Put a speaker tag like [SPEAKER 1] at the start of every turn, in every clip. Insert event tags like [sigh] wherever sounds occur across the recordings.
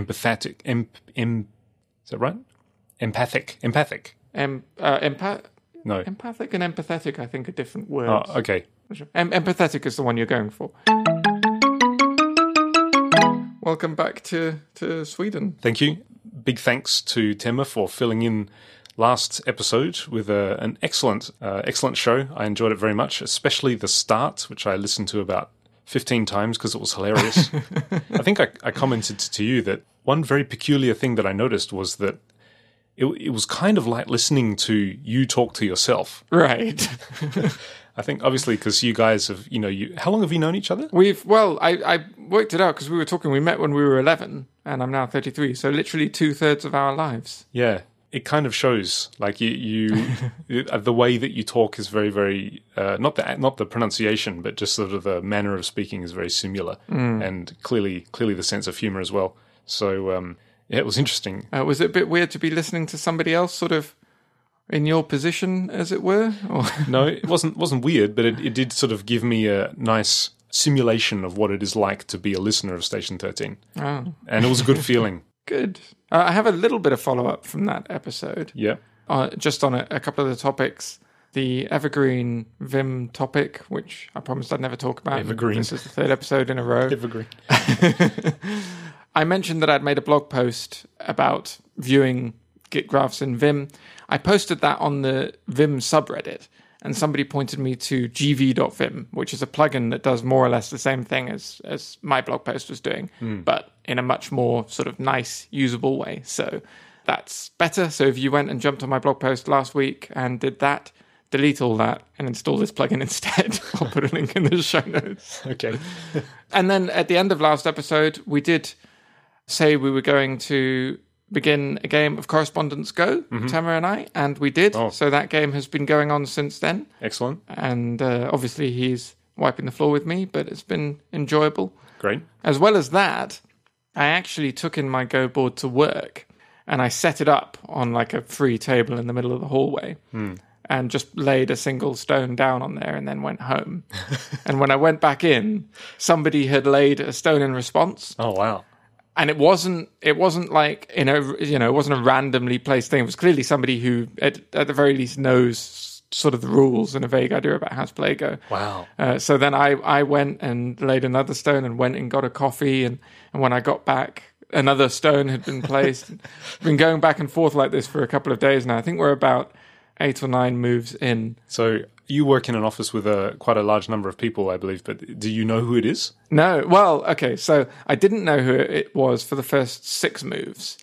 [SPEAKER 1] empathetic. Imp, imp, is that right? Empathic. Empathic.
[SPEAKER 2] Em, uh, empath-
[SPEAKER 1] No.
[SPEAKER 2] empathic and empathetic, I think, are different words.
[SPEAKER 1] Oh, okay.
[SPEAKER 2] Em- empathetic is the one you're going for. Welcome back to, to Sweden.
[SPEAKER 1] Thank you. Big thanks to Tema for filling in last episode with a, an excellent, uh, excellent show. I enjoyed it very much, especially the start, which I listened to about 15 times because it was hilarious. I think I, I commented to you that one very peculiar thing that I noticed was that it, it was kind of like listening to you talk to yourself.
[SPEAKER 2] Right.
[SPEAKER 1] I think obviously because you guys have, you know, you how long have you known each other?
[SPEAKER 2] We've, well, I, I worked it out because we were talking, we met when we were 11, and I'm now 33, so literally two thirds of our lives.
[SPEAKER 1] Yeah, it kind of shows. Like you, [laughs] you it- uh, the way that you talk is very, very uh, not the not the pronunciation, but just sort of the manner of speaking is very similar, and clearly, clearly the sense of humor as well. So um, yeah, it was interesting.
[SPEAKER 2] Uh, was it a bit weird to be listening to somebody else sort of in your position, as it were? Or, [laughs]
[SPEAKER 1] No, it [laughs] wasn't wasn't weird, but it, it did sort of give me a nice simulation of what it is like to be a listener of Station Thirteen,
[SPEAKER 2] oh,
[SPEAKER 1] and it was a good [laughs] feeling.
[SPEAKER 2] good. Uh, I have a little bit of follow up from that episode.
[SPEAKER 1] Yeah.
[SPEAKER 2] uh, just on a, a couple of the topics. The evergreen Vim topic, which I promised I'd never talk about. and
[SPEAKER 1] Evergreen.
[SPEAKER 2] This is the third episode in a row.
[SPEAKER 1] Evergreen.
[SPEAKER 2] I mentioned that I'd made a blog post about viewing Git graphs in Vim. I posted that on the Vim subreddit, and somebody pointed me to gv.vim, which is a plugin that does more or less the same thing as, as my blog post was doing, but in a much more sort of nice, usable way. So that's better. So if you went and jumped on my blog post last week and did that, delete all that and install this plugin [laughs] instead. I'll put a link in the show notes.
[SPEAKER 1] Okay.
[SPEAKER 2] And then at the end of last episode, we did say we were going to begin a game of Correspondence Go, Tamara and I, and we did. So that game has been going on since then.
[SPEAKER 1] Excellent.
[SPEAKER 2] And uh, obviously, he's wiping the floor with me, but it's been enjoyable.
[SPEAKER 1] Great.
[SPEAKER 2] As well as that, I actually took in my Go board to work and I set it up on like a free table in the middle of the hallway and just laid a single stone down on there and then went home. [laughs] and when I went back in, somebody had laid a stone in response
[SPEAKER 1] Oh wow.
[SPEAKER 2] and it wasn't it wasn't like in a you know it wasn't a randomly placed thing it was clearly somebody who at, at the very least knows sort of the rules and a vague idea about how to play go
[SPEAKER 1] Wow.
[SPEAKER 2] uh, so then I, I went and laid another stone and went and got a coffee and, and when I got back another stone had been placed. [laughs] been going back and forth like this for a couple of days now. I think we're about eight or nine moves in.
[SPEAKER 1] So you work in an office with a quite a large number of people, I believe. But do you know who it is?
[SPEAKER 2] No, well, okay. So I didn't know who it was for the first six moves.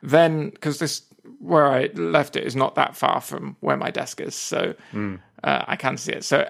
[SPEAKER 2] Then, because this where I left it is not that far from where my desk is, so uh, I can see it. So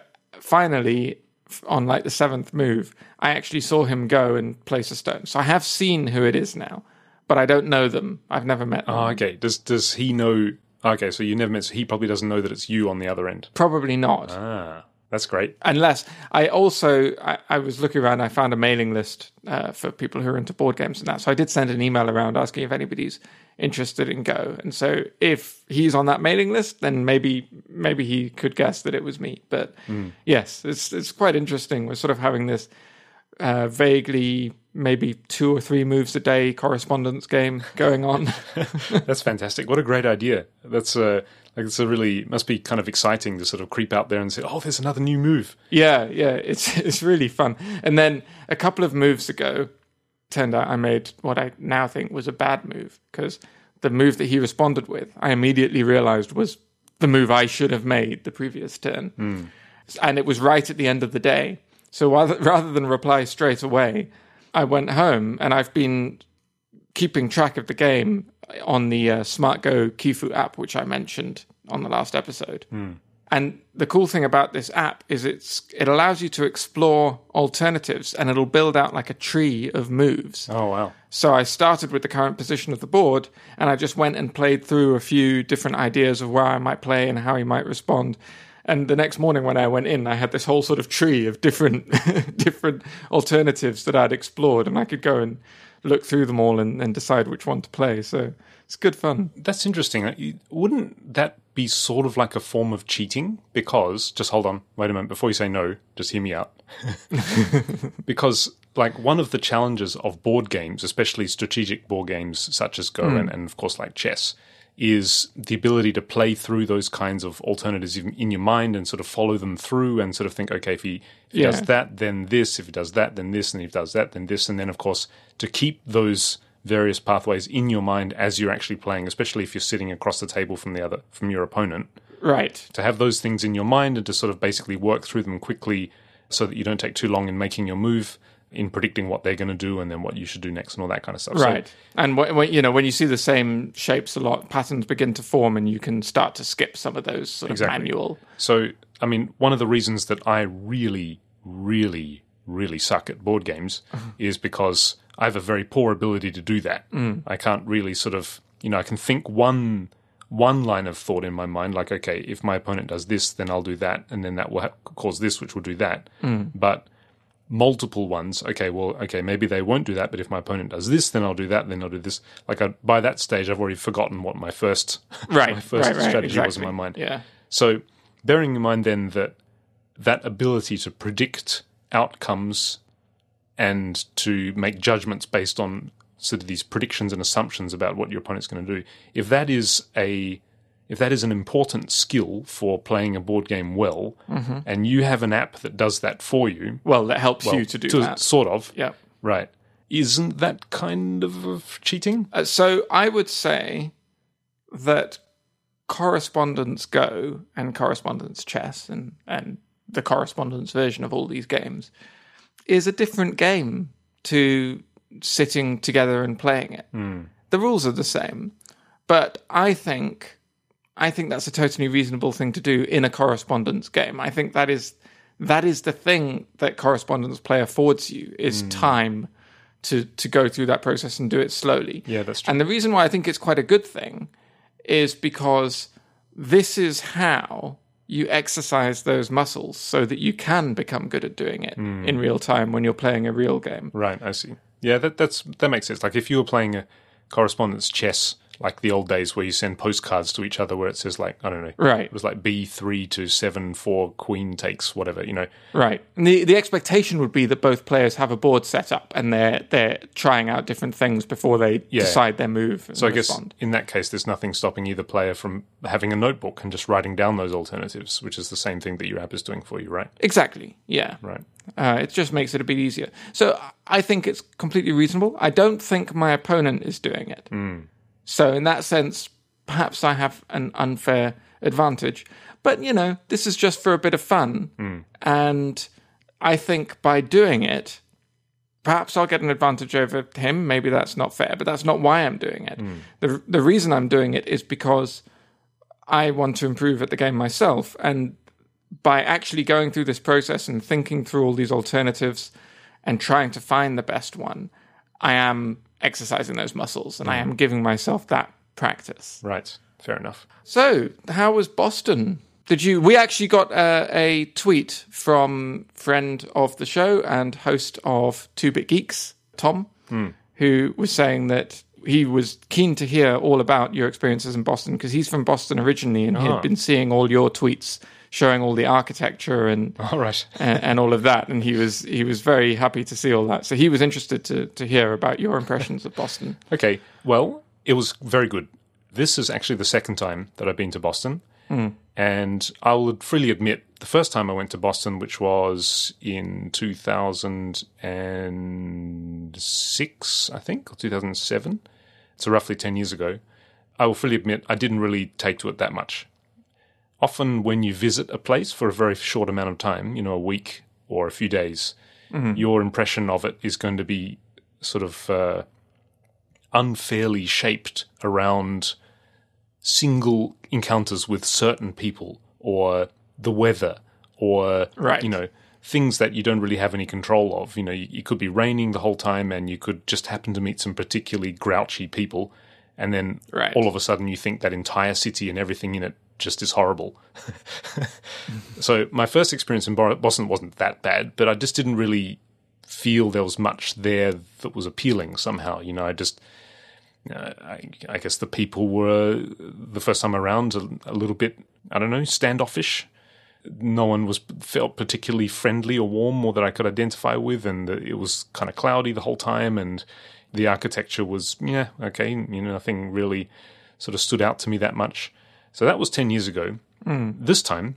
[SPEAKER 2] finally, f- on like the seventh move, I actually saw him go and place a stone. So I have seen who it is now, but I don't know them. I've never met them.
[SPEAKER 1] Oh, okay. Does does he know? ah, Okay, so you never met. So he probably doesn't know that it's you on the other end.
[SPEAKER 2] Probably not.
[SPEAKER 1] Ah, that's great.
[SPEAKER 2] unless I also I, I was looking around, I found a mailing list uh, for people who are into board games and that. So I did send an email around asking if anybody's interested in Go. And so if he's on that mailing list, then maybe maybe he could guess that it was me. But yes, it's it's quite interesting. We're sort of having this uh, vaguely maybe two or three moves a day correspondence game going on. [laughs]
[SPEAKER 1] That's fantastic. What a great idea. That's a like it's a really must be kind of exciting to sort of creep out there and say, oh, there's another new move.
[SPEAKER 2] Yeah, yeah, it's [laughs] it's really fun. And then a couple of moves ago, turned out I made what I now think was a bad move because the move that he responded with, I immediately realized was the move I should have made the previous turn, and it was right at the end of the day. So rather, [laughs] rather than reply straight away, I went home and I've been keeping track of the game on the uh, Smart Go Kifu app, which I mentioned on the last episode. And the cool thing about this app is it's it allows you to explore alternatives and it'll build out like a tree of moves.
[SPEAKER 1] Oh wow.
[SPEAKER 2] So I started with the current position of the board and I just went and played through a few different ideas of where I might play and how he might respond. And the next morning when I went in, I had this whole sort of tree of different [laughs] different alternatives that I'd explored and I could go and look through them all and, and decide which one to play. So it's good fun.
[SPEAKER 1] That's interesting. Uh, you- Wouldn't that be sort of like a form of cheating? Because, just hold on, wait a minute, before you say no, just hear me out. because, like one of the challenges of board games, especially strategic board games such as Go and, and of course like chess, is the ability to play through those kinds of alternatives in, in your mind and sort of follow them through and sort of think, okay, if he, if he does
[SPEAKER 2] Yeah.
[SPEAKER 1] that, then this, if he does that, then this, and if he does that, then this, and then of course to keep those various pathways in your mind as you're actually playing, especially if you're sitting across the table from the other from your opponent
[SPEAKER 2] Right.
[SPEAKER 1] to have those things in your mind and to sort of basically work through them quickly so that you don't take too long in making your move in predicting what they're going to do and then what you should do next and all that kind of stuff. So-
[SPEAKER 2] Right. and wh- when, you know, when you see the same shapes a lot, patterns begin to form and you can start to skip some of those sort of
[SPEAKER 1] Exactly.
[SPEAKER 2] manual.
[SPEAKER 1] So, I mean, one of the reasons that I really, really, really suck at board games is because I have a very poor ability to do that. I can't really sort of, you know, I can think one one line of thought in my mind, like, okay, if my opponent does this, then I'll do that, and then that will ha- cause this, which will do that. But multiple ones. Okay, well, okay, maybe they won't do that, but if my opponent does this, then I'll do that, then I'll do this. Like, I, by that stage, I've already forgotten what my first
[SPEAKER 2] Right.
[SPEAKER 1] my first
[SPEAKER 2] right, right,
[SPEAKER 1] strategy was in
[SPEAKER 2] exactly.
[SPEAKER 1] my mind.
[SPEAKER 2] Yeah.
[SPEAKER 1] So, bearing in mind then that that ability to predict outcomes and to make judgments based on sort of these predictions and assumptions about what your opponent's going to do, if that is a if that is an important skill for playing a board game well,
[SPEAKER 2] Mm-hmm.
[SPEAKER 1] and you have an app that does that for you,
[SPEAKER 2] Well, that helps you to do that.
[SPEAKER 1] sort of,
[SPEAKER 2] Yeah.
[SPEAKER 1] right? Isn't that kind of cheating?
[SPEAKER 2] Uh, so I would say that correspondence go and correspondence chess and and the correspondence version of all these games is a different game to sitting together and playing it. The rules are the same, but I think I think that's a totally reasonable thing to do in a correspondence game. I think that is that is the thing that correspondence play affords you is time to to go through that process and do it slowly.
[SPEAKER 1] Yeah, that's true.
[SPEAKER 2] And the reason why I think it's quite a good thing is because this is how you exercise those muscles so that you can become good at doing it
[SPEAKER 1] Hmm.
[SPEAKER 2] in real time when you're playing a real game.
[SPEAKER 1] Right, I see. Yeah, that that's that makes sense. Like if you were playing a correspondence chess, like the old days where you send postcards to each other, where it says like I don't know,
[SPEAKER 2] Right.
[SPEAKER 1] it was like B three to seven four queen takes whatever you know.
[SPEAKER 2] Right. And the the expectation would be that both players have a board set up and they're they're trying out different things before they decide their move. And
[SPEAKER 1] So I guess
[SPEAKER 2] respond.
[SPEAKER 1] in that case, there's nothing stopping either player from having a notebook and just writing down those alternatives, which is the same thing that your app is doing for you, right?
[SPEAKER 2] exactly. Yeah.
[SPEAKER 1] Right.
[SPEAKER 2] Uh, it just makes it a bit easier. So I think it's completely reasonable. I don't think my opponent is doing it. So in that sense, perhaps I have an unfair advantage. But you know, this is just for a bit of fun, and I think by doing it, perhaps I'll get an advantage over him. Maybe that's not fair, but that's not why I'm doing it. the The reason I'm doing it is because I want to improve at the game myself, and by actually going through this process and thinking through all these alternatives and trying to find the best one, I am exercising those muscles and I am giving myself that practice.
[SPEAKER 1] Right. Fair enough.
[SPEAKER 2] So, how was Boston? Did you? We actually got a, a tweet from friend of the show and host of Two Bit Geeks, Tom, who was saying that he was keen to hear all about your experiences in Boston because he's from Boston originally and he had been seeing all your tweets showing all the architecture and
[SPEAKER 1] All right.
[SPEAKER 2] and, and all of that. And he was he was very happy to see all that. So he was interested to to hear about your impressions of Boston.
[SPEAKER 1] Okay. Well, it was very good. This is actually the second time that I've been to Boston. And I will freely admit, the first time I went to Boston, which was in 2006, I think, or 2007, so roughly 10 years ago, I will freely admit I didn't really take to it that much. Often, when you visit a place for a very short amount of time, you know, a week or a few days, your impression of it is going to be sort of. Uh, unfairly shaped around single encounters with certain people or the weather or
[SPEAKER 2] Right.
[SPEAKER 1] you know things that you don't really have any control of you know it could be raining the whole time and you could just happen to meet some particularly grouchy people and then
[SPEAKER 2] Right.
[SPEAKER 1] all of a sudden you think that entire city and everything in it just is horrible [laughs] so my first experience in Bo- Boston wasn't that bad, but I just didn't really feel there was much there that was appealing somehow. You know, I just, uh, I, I guess the people were the first time around a, a little bit, I don't know, standoffish. no one was felt particularly friendly or warm or that I could identify with, and it was kind of cloudy the whole time, and the architecture was yeah okay, you know nothing really sort of stood out to me that much. So that was ten years ago. Mm. This time,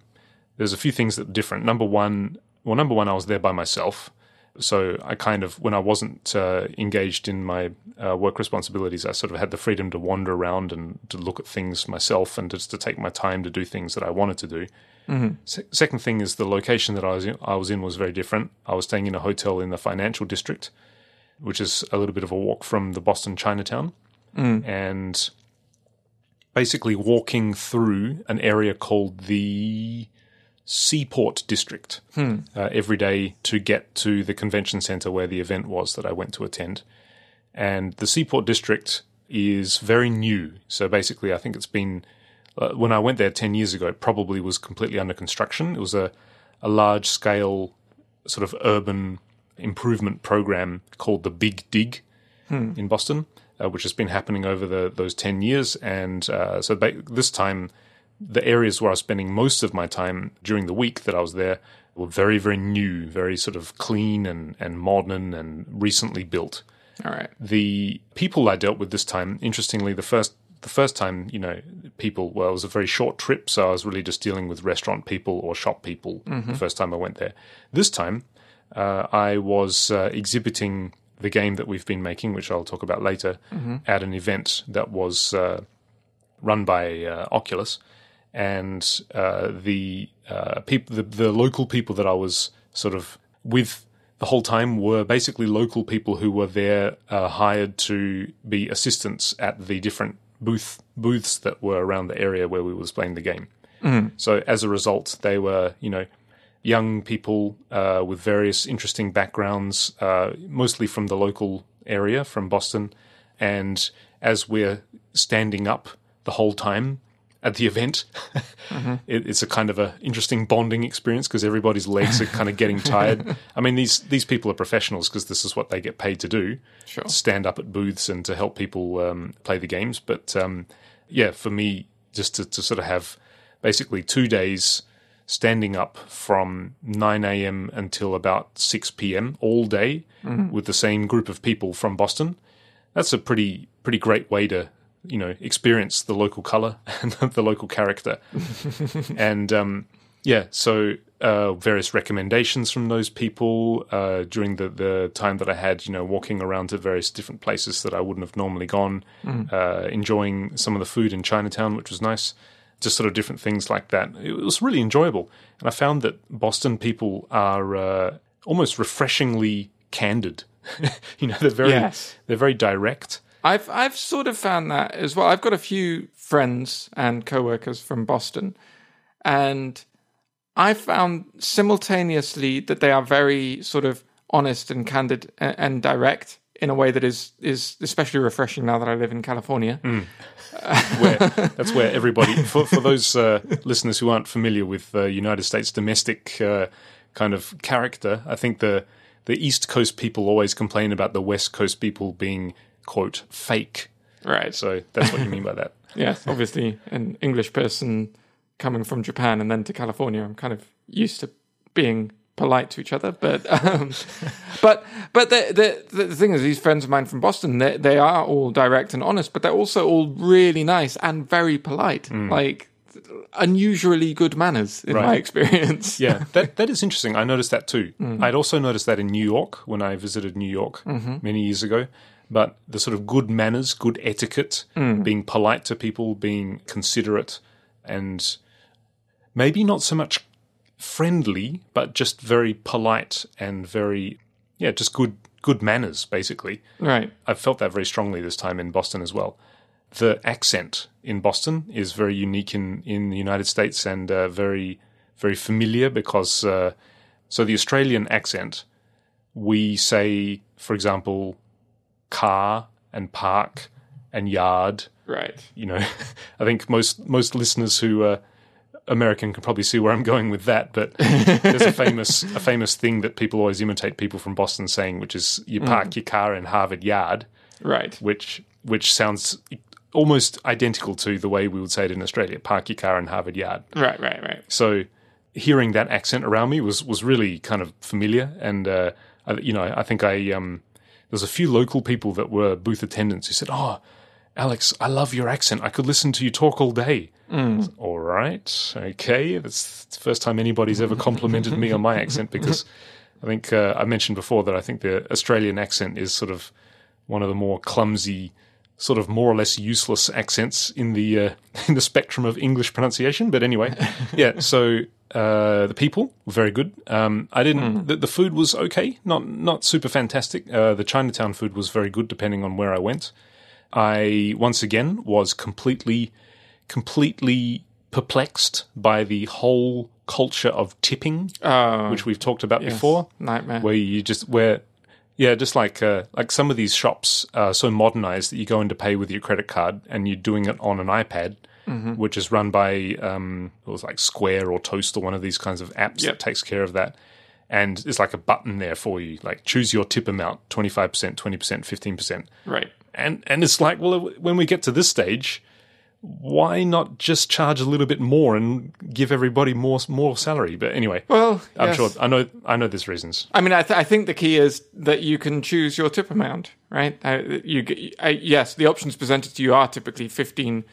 [SPEAKER 1] there's a few things that are different. Number one, well, number one, I was there by myself. So I kind of, when I wasn't uh, engaged in my uh, work responsibilities, I sort of had the freedom to wander around and to look at things myself and just to take my time to do things that I wanted to do. Mm-hmm. Se- second thing is the location that I was in, I was in was very different. I was staying in a hotel in the financial district, which is a little bit of a walk from the Boston Chinatown, mm. and basically walking through an area called the Seaport District hmm. uh, every day to get to the convention center where the event was that I went to attend. And the Seaport District is very new. So basically, I think it's been, uh, when I went there 10 years ago, it probably was completely under construction. It was a, a large scale sort of urban improvement program called the Big Dig hmm. in Boston, uh, which has been happening over the, those 10 years. And uh, so ba- this time, the areas where I was spending most of my time during the week that I was there were very, very new, very sort of clean and, and modern and recently built.
[SPEAKER 2] All right.
[SPEAKER 1] The people I dealt with this time, interestingly, the first the first time, you know, people well, it was a very short trip, so I was really just dealing with restaurant people or shop people mm-hmm. the first time I went there. This time, uh, I was uh, exhibiting the game that we've been making, which I'll talk about later, mm-hmm. at an event that was uh, run by uh, Oculus and uh, the, uh, peop- the the local people that I was sort of with the whole time were basically local people who were there uh, hired to be assistants at the different booth booths that were around the area where we was playing the game. Mm. So as a result, they were you know young people uh, with various interesting backgrounds, uh, mostly from the local area from Boston, and as we're standing up the whole time at the event. [laughs] mm-hmm. it, it's a kind of a interesting bonding experience because everybody's legs are kind of getting tired. I mean, these these people are professionals because this is what they get paid to do:
[SPEAKER 2] sure.
[SPEAKER 1] stand up at booths and to help people um, play the games. But um, yeah, for me, just to, to, sort of have basically two days standing up from 9 a.m. until about 6 p.m. all day mm-hmm. with the same group of people from Boston. That's a pretty pretty great way to you know experience the local color [laughs] and the local character and um, yeah so uh, various recommendations from those people uh, during the, the time that I had, you know, walking around to various different places that I wouldn't have normally gone, mm. uh, enjoying some of the food in Chinatown, which was nice, just sort of different things like that. It was really enjoyable. And I found that Boston people are uh, almost refreshingly candid. [laughs] you know, they're very, yes. they're very direct.
[SPEAKER 2] I've I've sort of found that as well. I've got a few friends and coworkers from Boston, and I found simultaneously that they are very sort of honest and candid and, and direct in a way that is is especially refreshing now that I live in California.
[SPEAKER 1] Mm. Where, that's where everybody for for those uh, listeners who aren't familiar with uh, United States domestic uh, kind of character, I think the the East Coast people always complain about the West Coast people being quote fake.
[SPEAKER 2] Right.
[SPEAKER 1] So that's what you mean by that.
[SPEAKER 2] yes, obviously, an English person coming from Japan and then to California, I'm kind of used to being polite to each other. But [laughs] um, but but the, the, the thing is, these friends of mine from Boston, they they are all direct and honest, but they're also all really nice and very polite. Mm. Like unusually good manners in right. my experience.
[SPEAKER 1] yeah, that that is interesting. I noticed that too. Mm. I'd also noticed that in New York when I visited New York mm-hmm. many years ago but the sort of good manners, good etiquette, mm. being polite to people, being considerate, and maybe not so much friendly, but just very polite and very, yeah, just good good manners, basically.
[SPEAKER 2] [laughs] Right.
[SPEAKER 1] I felt that very strongly this time in Boston as well. The accent in Boston is very unique in in the United States and uh, very very familiar because uh, so the Australian accent we say, for example, car and park and yard.
[SPEAKER 2] Right.
[SPEAKER 1] You know, [laughs] I think most most listeners who are American can probably see where I'm going with that. But there's a famous a famous thing that people always imitate people from Boston saying, which is you park mm. your car in Harvard Yard.
[SPEAKER 2] Right.
[SPEAKER 1] Which which sounds almost identical to the way we would say it in Australia: park your car in Harvard Yard.
[SPEAKER 2] Right. Right. Right.
[SPEAKER 1] So hearing that accent around me was was really kind of familiar, and uh, I, you know, I think I um, there's a few local people that were booth attendants who said, "Oh, Alex, I love your accent. I could listen to you talk all day." All right, okay, that's the first time anybody's ever complimented me on my accent because I think uh, I mentioned before that I think the Australian accent is sort of one of the more clumsy, sort of more or less useless accents in the uh, [laughs] in the spectrum of English pronunciation. But anyway, yeah. So uh, the people were very good. Um, I didn't. The, the food was okay, not not super fantastic. Uh, the Chinatown food was very good, depending on where I went. I once again was completely, completely perplexed by the whole culture of tipping, which we've talked about before
[SPEAKER 2] Nightmare.
[SPEAKER 1] where you just where yeah just like uh, like some of these shops are so modernized that you go in to pay with your credit card and you're doing it on an ipad
[SPEAKER 2] Mm-hmm.
[SPEAKER 1] which is run by um it was like square or toast or one of these kinds of apps
[SPEAKER 2] Yep.
[SPEAKER 1] that takes care of that and it's like a button there for you like choose your tip amount 25% 20% 15%
[SPEAKER 2] Right.
[SPEAKER 1] and and it's like well when we get to this stage why not just charge a little bit more and give everybody more more salary but anyway
[SPEAKER 2] Well,
[SPEAKER 1] i'm
[SPEAKER 2] yes.
[SPEAKER 1] sure i know i know there's reasons
[SPEAKER 2] I mean, I, th- I think the key is that you can choose your tip amount, right? Uh, you, g- I, yes, the options presented to you are typically 15,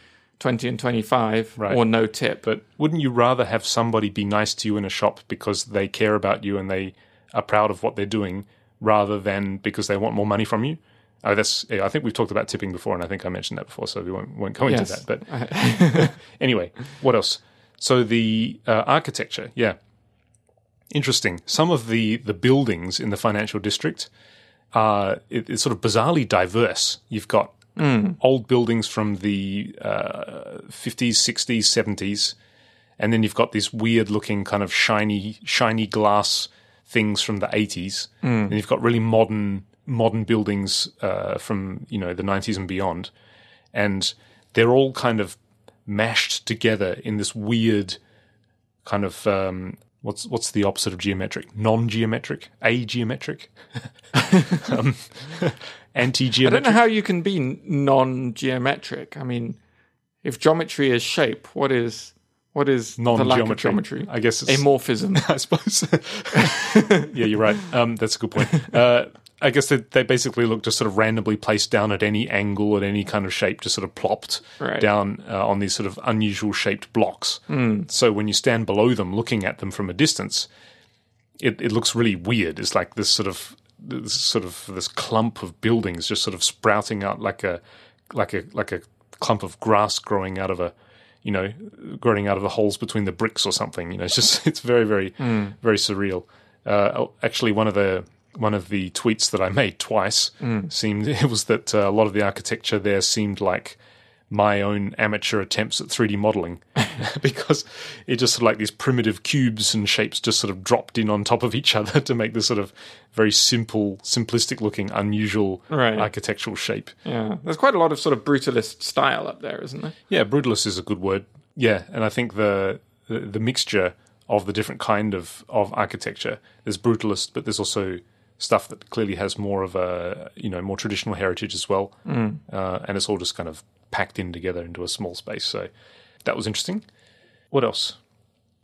[SPEAKER 2] 20, and 25,
[SPEAKER 1] Right.
[SPEAKER 2] or no tip.
[SPEAKER 1] But wouldn't you rather have somebody be nice to you in a shop because they care about you and they are proud of what they're doing rather than because they want more money from you? Oh, that's. Yeah, I think we've talked about tipping before, and I think I mentioned that before, so we won't, won't go into that.
[SPEAKER 2] Yes.
[SPEAKER 1] But [laughs] anyway, what else? So the uh, architecture, yeah, interesting. Some of the the buildings in the financial district are it, it's sort of bizarrely diverse. You've got old buildings from the uh, 50s, 60s, 70s, and then you've got this weird looking kind of shiny shiny glass things from the 80s
[SPEAKER 2] Hmm.
[SPEAKER 1] and you've got really modern modern buildings uh, from you know the 90s and beyond and they're all kind of mashed together in this weird kind of um, what's what's the opposite of geometric non-geometric ageometric
[SPEAKER 2] [laughs]
[SPEAKER 1] [laughs] um, [laughs]
[SPEAKER 2] I don't
[SPEAKER 1] anti-geometric
[SPEAKER 2] know how you can be non geometric. I mean, if geometry is shape, what is what is the lack of
[SPEAKER 1] Non-geometry.
[SPEAKER 2] geometry?
[SPEAKER 1] I guess it's- [laughs]
[SPEAKER 2] amorphism.
[SPEAKER 1] I suppose. yeah, you're right. Um, that's a good point. Uh, I guess they, they basically look just sort of randomly placed down at any angle, at any kind of shape, just sort of plopped
[SPEAKER 2] Right.
[SPEAKER 1] down uh, on these sort of unusual shaped blocks. So when you stand below them, looking at them from a distance, it, it looks really weird. It's like this sort of this sort of this clump of buildings just sort of sprouting out like a like a like a clump of grass growing out of a you know growing out of the holes between the bricks or something. You know, [laughs] it's just it's very very very surreal. Uh, oh, actually, one of the one of the tweets that I made twice seemed [laughs] it was that uh, a lot of the architecture there seemed like my own amateur attempts at 3D modeling [laughs] because it just sort of like these primitive cubes and shapes just sort of dropped in on top of each [laughs] other to make this sort of very simple, simplistic looking, unusual
[SPEAKER 2] Right.
[SPEAKER 1] architectural shape.
[SPEAKER 2] Yeah, there's quite a lot of sort of brutalist style up there, isn't there?
[SPEAKER 1] Yeah, brutalist is a good word. Yeah, and I think the the, the mixture of the different kind of, of architecture. There's brutalist, but there's also stuff that clearly has more of a you know more traditional heritage as well, uh, and it's all just kind of packed in together into a small space. So that was interesting. What else?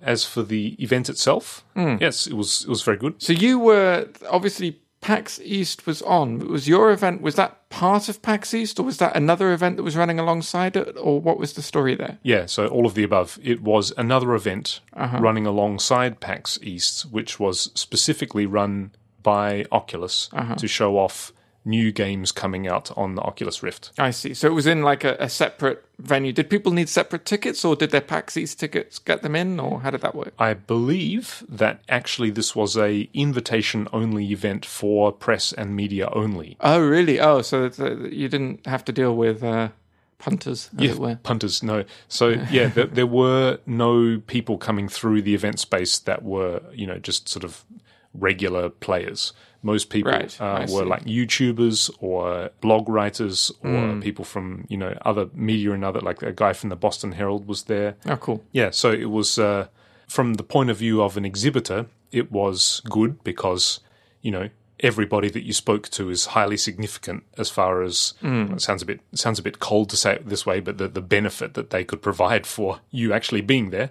[SPEAKER 1] As for the event itself, yes, it was it was very good.
[SPEAKER 2] So you were obviously PAX East was on. But was your event was that part of PAX East, or was that another event that was running alongside it, or what was the story there?
[SPEAKER 1] Yeah, so all of the above. It was another event running alongside PAX East, which was specifically run by Oculus to show off new games coming out on the Oculus Rift.
[SPEAKER 2] I see. So it was in like a, a separate venue. Did people need separate tickets, or did their PAX East tickets get them in, or how did that work?
[SPEAKER 1] I believe that actually this was a invitation only event for press and media only.
[SPEAKER 2] Oh, really? Oh, so it's, uh, you didn't have to deal with uh, punters, as it were.
[SPEAKER 1] Punters, no.
[SPEAKER 2] [laughs]
[SPEAKER 1] So yeah, there, there were no people coming through the event space that were you know just sort of regular players. Most people
[SPEAKER 2] Right, I
[SPEAKER 1] uh, were
[SPEAKER 2] see.
[SPEAKER 1] like YouTubers or blog writers or
[SPEAKER 2] Hmm.
[SPEAKER 1] people from you know other media and other like a guy from the Boston Herald was there.
[SPEAKER 2] Oh, cool.
[SPEAKER 1] Yeah, so it was uh, from the point of view of an exhibitor, it was good because you know everybody that you spoke to is highly significant as far as it sounds a bit it sounds a bit cold to say it this way, but the, the benefit that they could provide for you actually being there.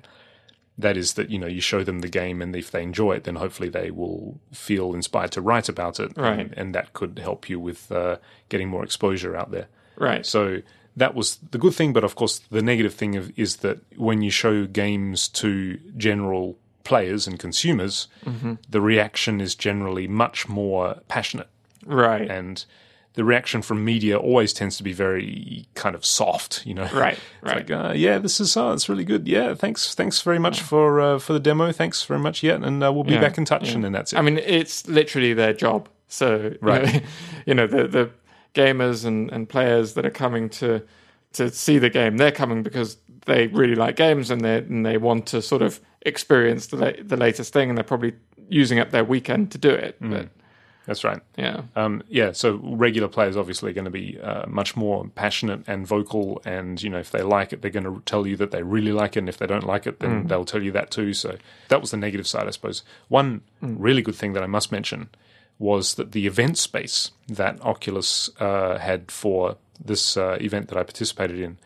[SPEAKER 1] That is that you know you show them the game, and if they enjoy it, then hopefully they will feel inspired to write about it,
[SPEAKER 2] Right.
[SPEAKER 1] and, and that could help you with uh, getting more exposure out there.
[SPEAKER 2] Right.
[SPEAKER 1] So that was the good thing, but of course, the negative thing of, is that when you show games to general players and consumers,
[SPEAKER 2] Mm-hmm.
[SPEAKER 1] the reaction is generally much more passionate,
[SPEAKER 2] Right.
[SPEAKER 1] and the reaction from media always tends to be very kind of soft, you know.
[SPEAKER 2] Right,
[SPEAKER 1] [laughs] It's like,
[SPEAKER 2] right.
[SPEAKER 1] uh, yeah, this is uh, it's really good. Yeah, thanks, thanks very much for uh, for the demo. Thanks very much. Yeah, and uh, we'll be
[SPEAKER 2] Yeah,
[SPEAKER 1] back in touch, and then that's it.
[SPEAKER 2] I mean, it's literally their job. So you
[SPEAKER 1] Right.
[SPEAKER 2] know, [laughs] you know the the gamers and, and players that are coming to to see the game, they're coming because they really like games and they and they want to sort of experience the la- the latest thing, and they're probably using up their weekend to do it.
[SPEAKER 1] Mm.
[SPEAKER 2] But
[SPEAKER 1] that's right.
[SPEAKER 2] yeah,
[SPEAKER 1] Um, yeah, so regular players obviously are going to be uh, much more passionate and vocal, and you know if they like it, they're going to tell you that they really like it, and if they don't like it, then they'll tell you that too. So that was the negative side, I suppose. One really good thing that I must mention was that the event space that Oculus uh, had for this uh, event that I participated in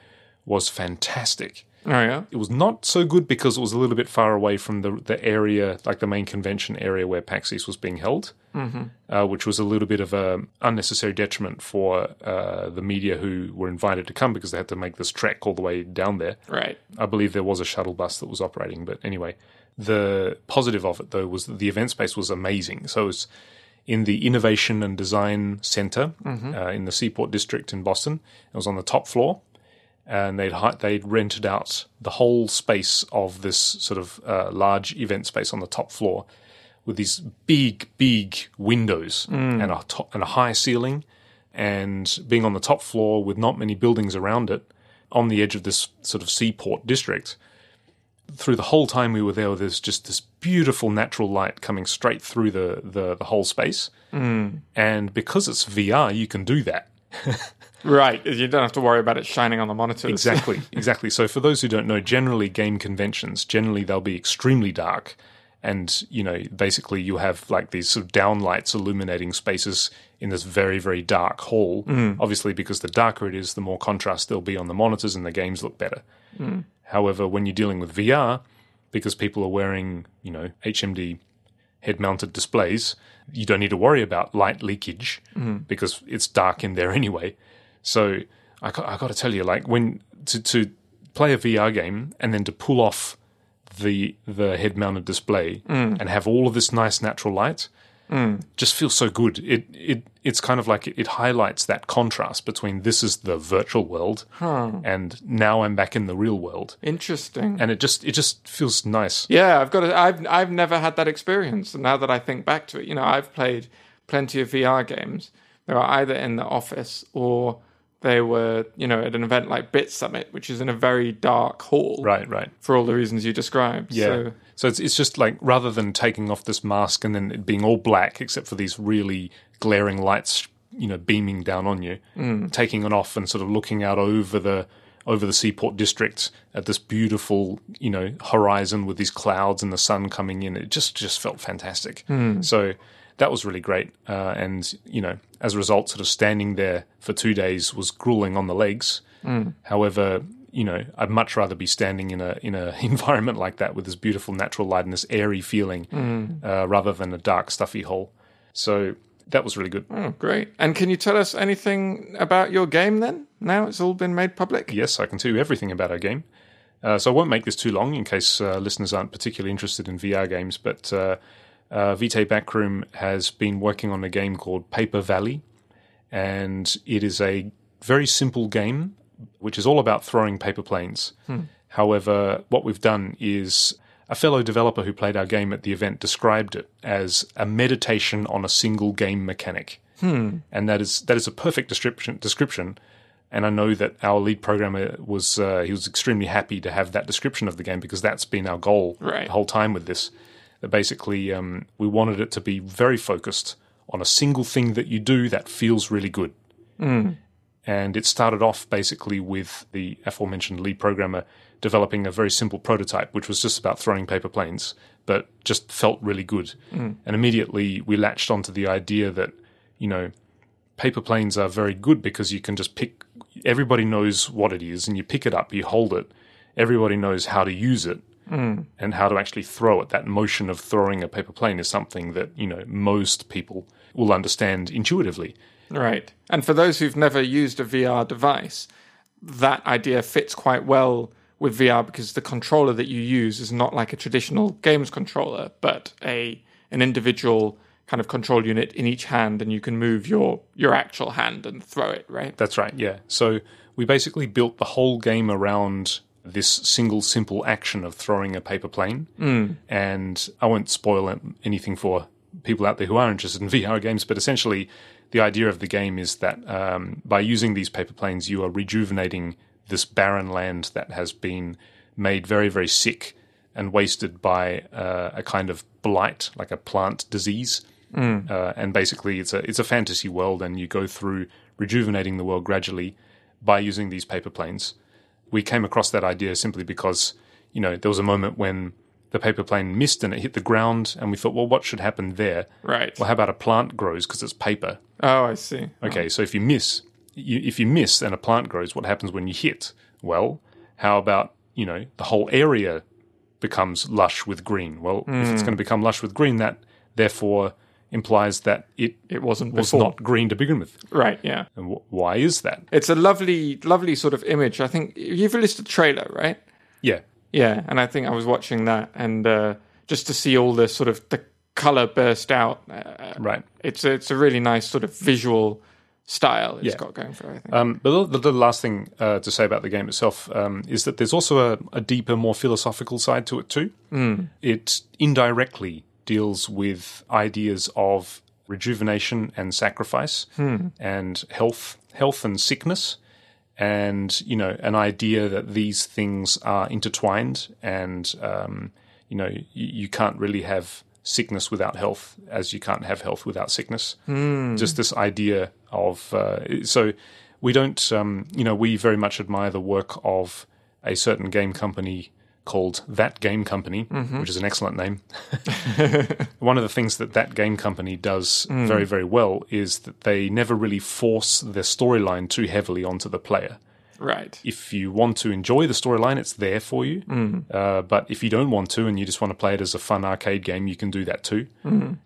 [SPEAKER 1] was fantastic
[SPEAKER 2] oh yeah,
[SPEAKER 1] it was not so good because it was a little bit far away from the the area, like the main convention area where PAX East was being held, uh, which was a little bit of a unnecessary detriment for uh, the media who were invited to come because they had to make this trek all the way down there.
[SPEAKER 2] right,
[SPEAKER 1] I believe there was a shuttle bus that was operating, but anyway, the positive of it though was that the event space was amazing. So it's in the Innovation and Design Center uh, in the Seaport District in Boston. It was on the top floor, and they'd hi- they'd rented out the whole space of this sort of uh, large event space on the top floor with these big, big windows and a to- and a high ceiling, and being on the top floor with not many buildings around it, on the edge of this sort of seaport district. Through the whole time we were there, there's just this beautiful natural light coming straight through the the, the whole space, and because it's VR, you can do that.
[SPEAKER 2] right. You don't have to worry about it shining on the monitors.
[SPEAKER 1] Exactly, exactly. So for those who don't know, generally game conventions, generally they'll be extremely dark. And, you know, basically you have like these sort of downlights illuminating spaces in this very, very dark hall. Obviously, because the darker it is, the more contrast there'll be on the monitors and the games look better. However, when you're dealing with VR, because people are wearing, you know, HMD head mounted displays, you don't need to worry about light leakage because it's dark in there [laughs] anyway. So I, got- I got to tell you, like when to, to play a VR game and then to pull off the the head mounted display and have all of this nice natural light, just feels so good. It it it's kind of like it, it highlights that contrast between this is the virtual world and now I'm back in the real world,
[SPEAKER 2] Interesting.
[SPEAKER 1] and it just it just feels nice.
[SPEAKER 2] Yeah, I've got. To, I've I've never had that experience. And now that I think back to it, you know, I've played plenty of VR games. They were either in the office or they were, you know, at an event like Bit Summit, which is in a very dark hall
[SPEAKER 1] Right, right.
[SPEAKER 2] for all the reasons you described.
[SPEAKER 1] Yeah.
[SPEAKER 2] So,
[SPEAKER 1] So, it's it's just like rather than taking off this mask and then it being all black except for these really glaring lights, you know, beaming down on you, taking it off and sort of looking out over the over the seaport district at this beautiful, you know, horizon with these clouds and the sun coming in. It just just felt fantastic. So that was really great. Uh, and you know, as a result, sort of standing there for two days was grueling on the legs. However, you know, I'd much rather be standing in a in a [laughs] environment like that with this beautiful natural light and this airy feeling, uh, rather than a dark, stuffy hole. So that was really good.
[SPEAKER 2] oh, great. And can you tell us anything about your game then? Now it's all been made public.
[SPEAKER 1] Yes, I can tell you everything about our game. Uh, so I won't make this too long in case uh, listeners aren't particularly interested in VR games. But uh, uh, Vitae Backroom has been working on a game called Paper Valley, and it is a very simple game which is all about throwing paper planes. However, what we've done is a fellow developer who played our game at the event described it as a meditation on a single game mechanic and that is that is a perfect description. Description, and I know that our lead programmer was uh, he was extremely happy to have that description of the game because that's been our goal
[SPEAKER 2] Right.
[SPEAKER 1] the whole time with this. That basically um, we wanted it to be very focused on a single thing that you do that feels really good. And it started off basically with the aforementioned lead programmer developing a very simple prototype, which was just about throwing paper planes, but just felt really good. And immediately we latched onto the idea that, you know, paper planes are very good because you can just pick everybody knows what it is and you pick it up you hold it everybody knows how to use it and how to actually throw it. That motion of throwing a paper plane is something that you know most people will understand intuitively.
[SPEAKER 2] Right. And for those who've never used a VR device, that idea fits quite well with VR because the controller that you use is not like a traditional games controller, but a an individual kind of control unit in each hand and you can move your your actual hand and throw it, right?
[SPEAKER 1] That's right. Yeah. So we basically built the whole game around this single simple action of throwing a paper plane. Mm. And I won't spoil it- anything for people out there who are interested in [laughs] VR games, but essentially, the idea of the game is that um, by using these paper planes, you are rejuvenating this barren land that has been made very, very sick and wasted by uh, a kind of blight, like a plant disease. Uh, and basically, it's a it's a fantasy world, and you go through rejuvenating the world gradually by using these paper planes we came across that idea simply because you know there was a moment when the paper plane missed and it hit the ground and we thought well what should happen there
[SPEAKER 2] Right.
[SPEAKER 1] well how about a plant grows because it's paper
[SPEAKER 2] Oh, I see.
[SPEAKER 1] okay so if you miss you, if you miss and a plant grows what happens when you hit well how about you know the whole area becomes lush with green well if it's going to become lush with green that therefore implies that it
[SPEAKER 2] It wasn't
[SPEAKER 1] was
[SPEAKER 2] before.
[SPEAKER 1] not green to begin with
[SPEAKER 2] Right, yeah.
[SPEAKER 1] and wh- why is that
[SPEAKER 2] It's a lovely lovely sort of image. I think you've released a trailer, right?
[SPEAKER 1] yeah
[SPEAKER 2] Yeah, and I think I was watching that, and uh, just to see all the sort of the color burst out, uh,
[SPEAKER 1] right
[SPEAKER 2] it's a, it's a really nice sort of visual style it's
[SPEAKER 1] Yeah.
[SPEAKER 2] got going for it. I think.
[SPEAKER 1] Um, but the, the last thing uh, to say about the game itself um, is that there's also a, a deeper, more philosophical side to it too. It indirectly deals with ideas of rejuvenation and sacrifice, and health, health and sickness, and you know, an idea that these things are intertwined, and um, you know, you, you can't really have sickness without health, as you can't have health without sickness just this idea of uh, so we don't um, you know we very much admire the work of a certain game company called that game company which is an excellent name one of the things that that game company does very very well is that they never really force their storyline too heavily onto the player
[SPEAKER 2] right.
[SPEAKER 1] if you want to enjoy the storyline, it's there for you. Uh, but if you don't want to and you just want to play it as a fun arcade game, you can do that too.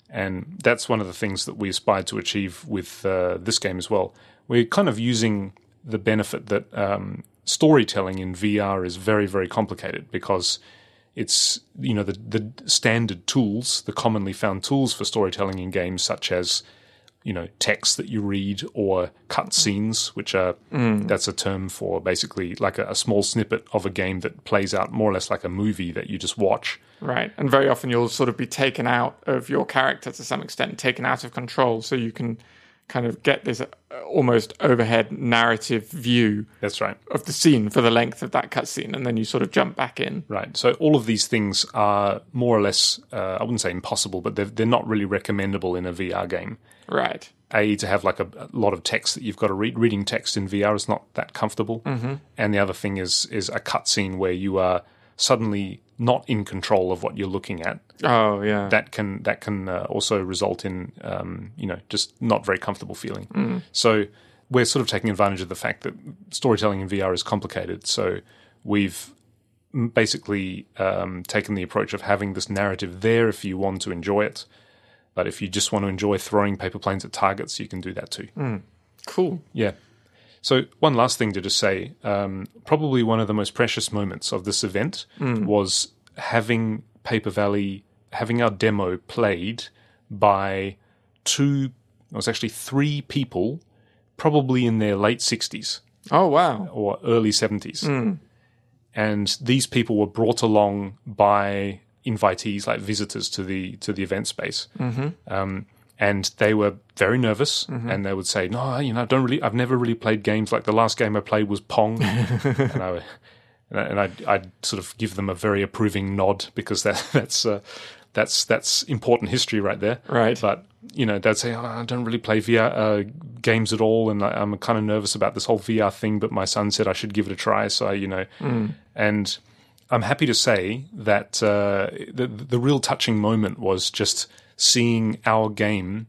[SPEAKER 1] And that's one of the things that we aspired to achieve with uh, this game as well. We're kind of using the benefit that um, storytelling in VR is very, very complicated because it's you know the the standard tools, the commonly found tools for storytelling in games, such as you know text that you read or cutscenes, which are that's a term for basically like a, a small snippet of a game that plays out more or less like a movie that you just watch.
[SPEAKER 2] Right. And very often you'll sort of be taken out of your character to some extent, taken out of control, so you can kind of get this uh, almost overhead narrative view
[SPEAKER 1] That's right.
[SPEAKER 2] of the scene for the length of that cutscene, and then you sort of jump back in.
[SPEAKER 1] Right. So all of these things are more or less, uh, I wouldn't say impossible, but they're, they're not really recommendable in a VR game.
[SPEAKER 2] Right.
[SPEAKER 1] A, to have like a, a lot of text that you've got to read. Reading text in VR is not that comfortable. And the other thing is is a cutscene where you are suddenly not in control of what you're looking at.
[SPEAKER 2] Oh yeah.
[SPEAKER 1] That can that can uh, also result in um, you know just not very comfortable feeling. So we're sort of taking advantage of the fact that storytelling in VR is complicated. So we've m- basically um, taken the approach of having this narrative there if you want to enjoy it. But if you just want to enjoy throwing paper planes at targets, you can do that too.
[SPEAKER 2] cool.
[SPEAKER 1] Yeah. So one last thing to just say, um, probably one of the most precious moments of this event was having Paper Valley, having our demo played by two, it was actually three people, probably in their late sixties
[SPEAKER 2] Oh wow.
[SPEAKER 1] or early 70s. And these people were brought along by invitees, like visitors to the to the event space. Mm-hmm. Um, and they were very nervous, and they would say, "No, you know, I don't really. I've never really played games. Like the last game I played was Pong." and I, would- and I- and I'd, I'd sort of give them a very approving nod because that [laughs] that's uh, that's that's important history right there.
[SPEAKER 2] Right.
[SPEAKER 1] But you know, they'd say, oh, "I don't really play VR uh, games at all, and I, I'm kind of nervous about this whole VR thing." But my son said I should give it a try, so I, you know, and. I'm happy to say that uh, the, the real touching moment was just seeing our game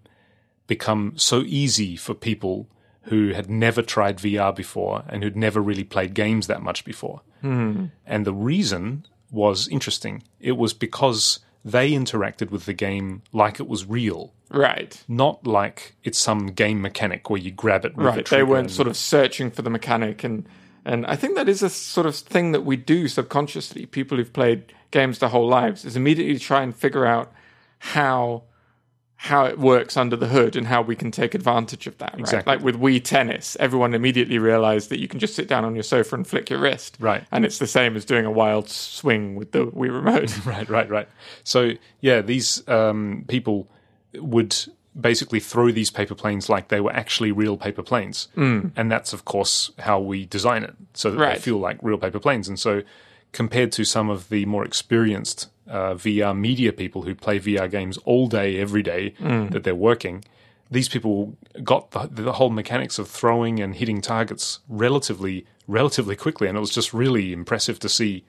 [SPEAKER 1] become so easy for people who had never tried VR before and who'd never really played games that much before. And the reason was interesting. It was because they interacted with the game like it was real,
[SPEAKER 2] Right.
[SPEAKER 1] not like it's some game mechanic where you grab it with a
[SPEAKER 2] Right. They
[SPEAKER 1] trigger
[SPEAKER 2] weren't
[SPEAKER 1] and-
[SPEAKER 2] sort of searching for the mechanic and and I think that is a sort of thing that we do subconsciously. People who've played games their whole lives is immediately try and figure out how how it works under the hood and how we can take advantage of that. Right?
[SPEAKER 1] Exactly.
[SPEAKER 2] Like with Wii Tennis, everyone immediately realized that you can just sit down on your sofa and flick your wrist.
[SPEAKER 1] Right.
[SPEAKER 2] And it's the same as doing a wild swing with the
[SPEAKER 1] [laughs]
[SPEAKER 2] Wii remote.
[SPEAKER 1] Right, right, right. So yeah, these um, people would basically throw these paper planes like they were actually real paper planes, mm. and that's of course how we design it so that they
[SPEAKER 2] Right.
[SPEAKER 1] feel like real paper planes. And so, compared to some of the more experienced uh, VR media people who play VR games all day, every day that they're working. These people got the, the whole mechanics of throwing and hitting targets relatively, relatively quickly, and it was just really impressive to see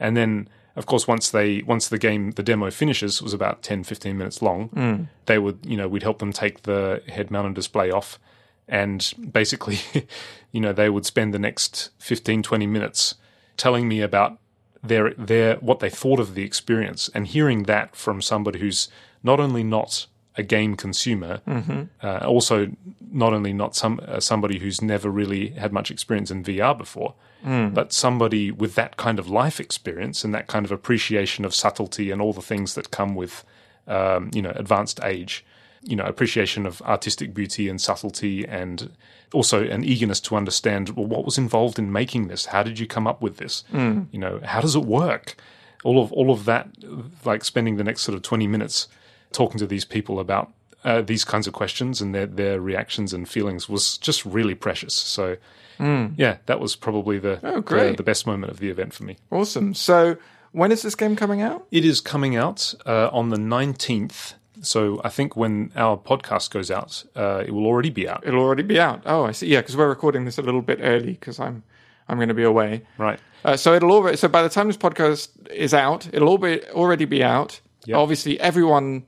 [SPEAKER 1] and then, of course, once they once the game the demo finishes it was about 10, 15 minutes long. They would you know we'd help them take the head mounted display off, and basically, [laughs] you know, they would spend the next 15, 20 minutes telling me about their their what they thought of the experience, and hearing that from somebody who's not only not a game consumer, uh, also not only not some uh, somebody who's never really had much experience in VR before, but somebody with that kind of life experience and that kind of appreciation of subtlety and all the things that come with, um, you know, advanced age, you know, appreciation of artistic beauty and subtlety, and also an eagerness to understand well what was involved in making this. How did you come up with this? You know, how does it work? All of all of that, like spending the next sort of twenty minutes talking to these people about uh, these kinds of questions and their their reactions and feelings was just really precious. So yeah, that was probably the the,
[SPEAKER 2] great.
[SPEAKER 1] the best moment of the event for me.
[SPEAKER 2] awesome. So when is this game coming out?
[SPEAKER 1] It is coming out uh, on the nineteenth. So I think when our podcast goes out, uh, it will already be out.
[SPEAKER 2] It'll already be out. Oh, I see. Yeah, because we're recording this a little bit early because I'm I'm going to be away.
[SPEAKER 1] Right.
[SPEAKER 2] Uh, so it'll already. So by the time this podcast is out, it'll all be, already be out. Obviously, everyone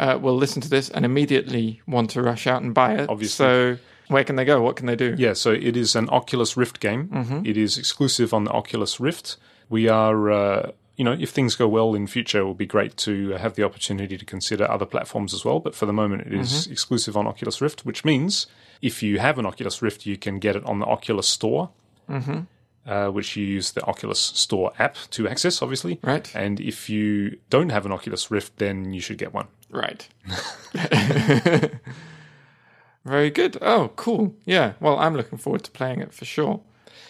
[SPEAKER 2] uh, will listen to this and immediately want to rush out and buy it.
[SPEAKER 1] Obviously.
[SPEAKER 2] So where can they go? What can they do?
[SPEAKER 1] Yeah, so it is an Oculus Rift game. It is exclusive on the Oculus Rift. We are, uh, you know, if things go well in future, it will be great to have the opportunity to consider other platforms as well. But for the moment, it is exclusive on Oculus Rift, which means if you have an Oculus Rift, you can get it on the Oculus Store. Uh, which you use the Oculus Store app to access, obviously.
[SPEAKER 2] Right.
[SPEAKER 1] And if you don't have an Oculus Rift, then you should get one.
[SPEAKER 2] Right. [laughs] Very good. Oh, cool. Yeah. Well, I'm looking forward to playing it for sure.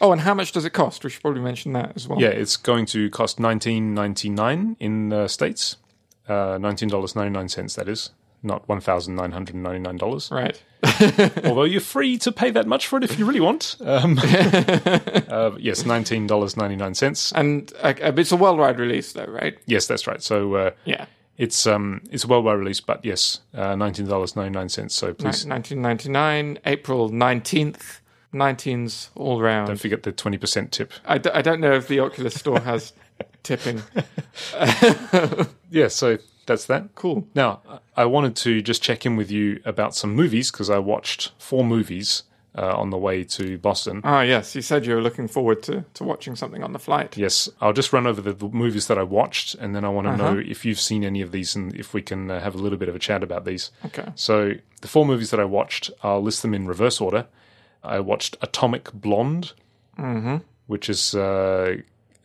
[SPEAKER 2] Oh, and how much does it cost? We should probably mention that as well.
[SPEAKER 1] Yeah, it's going to cost nineteen ninety nine in the states. Uh, nineteen dollars ninety nine cents. That is not one thousand nine hundred ninety nine
[SPEAKER 2] [laughs]
[SPEAKER 1] dollars.
[SPEAKER 2] Right.
[SPEAKER 1] Although you're free to pay that much for it if you really want. Um, uh, yes, nineteen dollars ninety nine cents.
[SPEAKER 2] And uh, it's a worldwide release, though, right?
[SPEAKER 1] Yes, that's right. So uh,
[SPEAKER 2] Yeah.
[SPEAKER 1] it's um, it's a worldwide release, but yes, uh, nineteen dollars ninety nine cents. So please
[SPEAKER 2] 1999, April 19th. 19's all round.
[SPEAKER 1] don't forget the twenty percent tip.
[SPEAKER 2] I, d- I don't know if the Oculus store has tipping.
[SPEAKER 1] Yeah, so that's that.
[SPEAKER 2] Cool.
[SPEAKER 1] Now, I wanted to just check in with you about some movies because I watched four movies uh, on the way to Boston.
[SPEAKER 2] Ah, yes. You said you were looking forward to, to watching something on the flight.
[SPEAKER 1] Yes, I'll just run over the, the movies that I watched, and then I want to know if you've seen any of these and if we can uh, have a little bit of a chat about these.
[SPEAKER 2] Okay.
[SPEAKER 1] So, the four movies that I watched, I'll list them in reverse order. I watched Atomic Blonde, which is uh,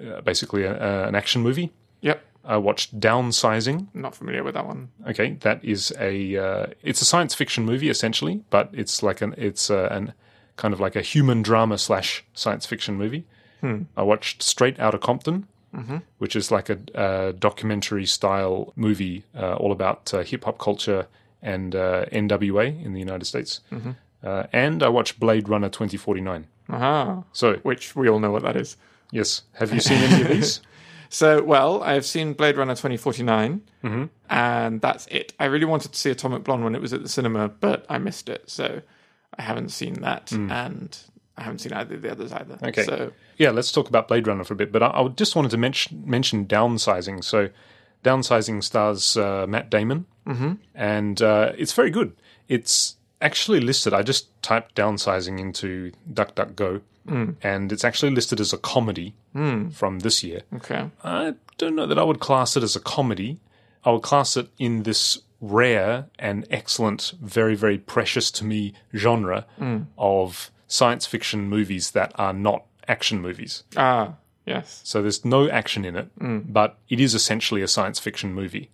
[SPEAKER 1] uh, basically a, a, an action movie.
[SPEAKER 2] Yep.
[SPEAKER 1] I watched Downsizing.
[SPEAKER 2] Not familiar with that one.
[SPEAKER 1] Okay, that is a uh, it's a science fiction movie essentially, but it's like an it's uh, an kind of like a human drama slash science fiction movie. I watched Straight Outta Compton, which is like a, uh documentary style movie uh, all about uh, hip hop culture and uh, NWA in the United States. Uh, and I watched Blade Runner twenty forty nine.
[SPEAKER 2] Aha.
[SPEAKER 1] So
[SPEAKER 2] Which we all know what that is.
[SPEAKER 1] yes, have you seen any of these?
[SPEAKER 2] So, well, I've seen Blade Runner 2049, and that's it. I really wanted to see Atomic Blonde when it was at the cinema, but I missed it. So, I haven't seen that, and I haven't seen either of the others either.
[SPEAKER 1] Okay.
[SPEAKER 2] So,
[SPEAKER 1] yeah, let's talk about Blade Runner for a bit. But I, I just wanted to mention mention downsizing. So, downsizing stars uh, Matt Damon, mm-hmm. and uh, it's very good. It's actually listed. I just typed downsizing into DuckDuckGo, and it's actually listed as a comedy from this year.
[SPEAKER 2] Okay.
[SPEAKER 1] I don't know that I would class it as a comedy. I would class it in this rare and excellent, very, very precious to me genre of science fiction movies that are not action movies.
[SPEAKER 2] Ah, yes.
[SPEAKER 1] So there's no action in it, but it is essentially a science fiction movie.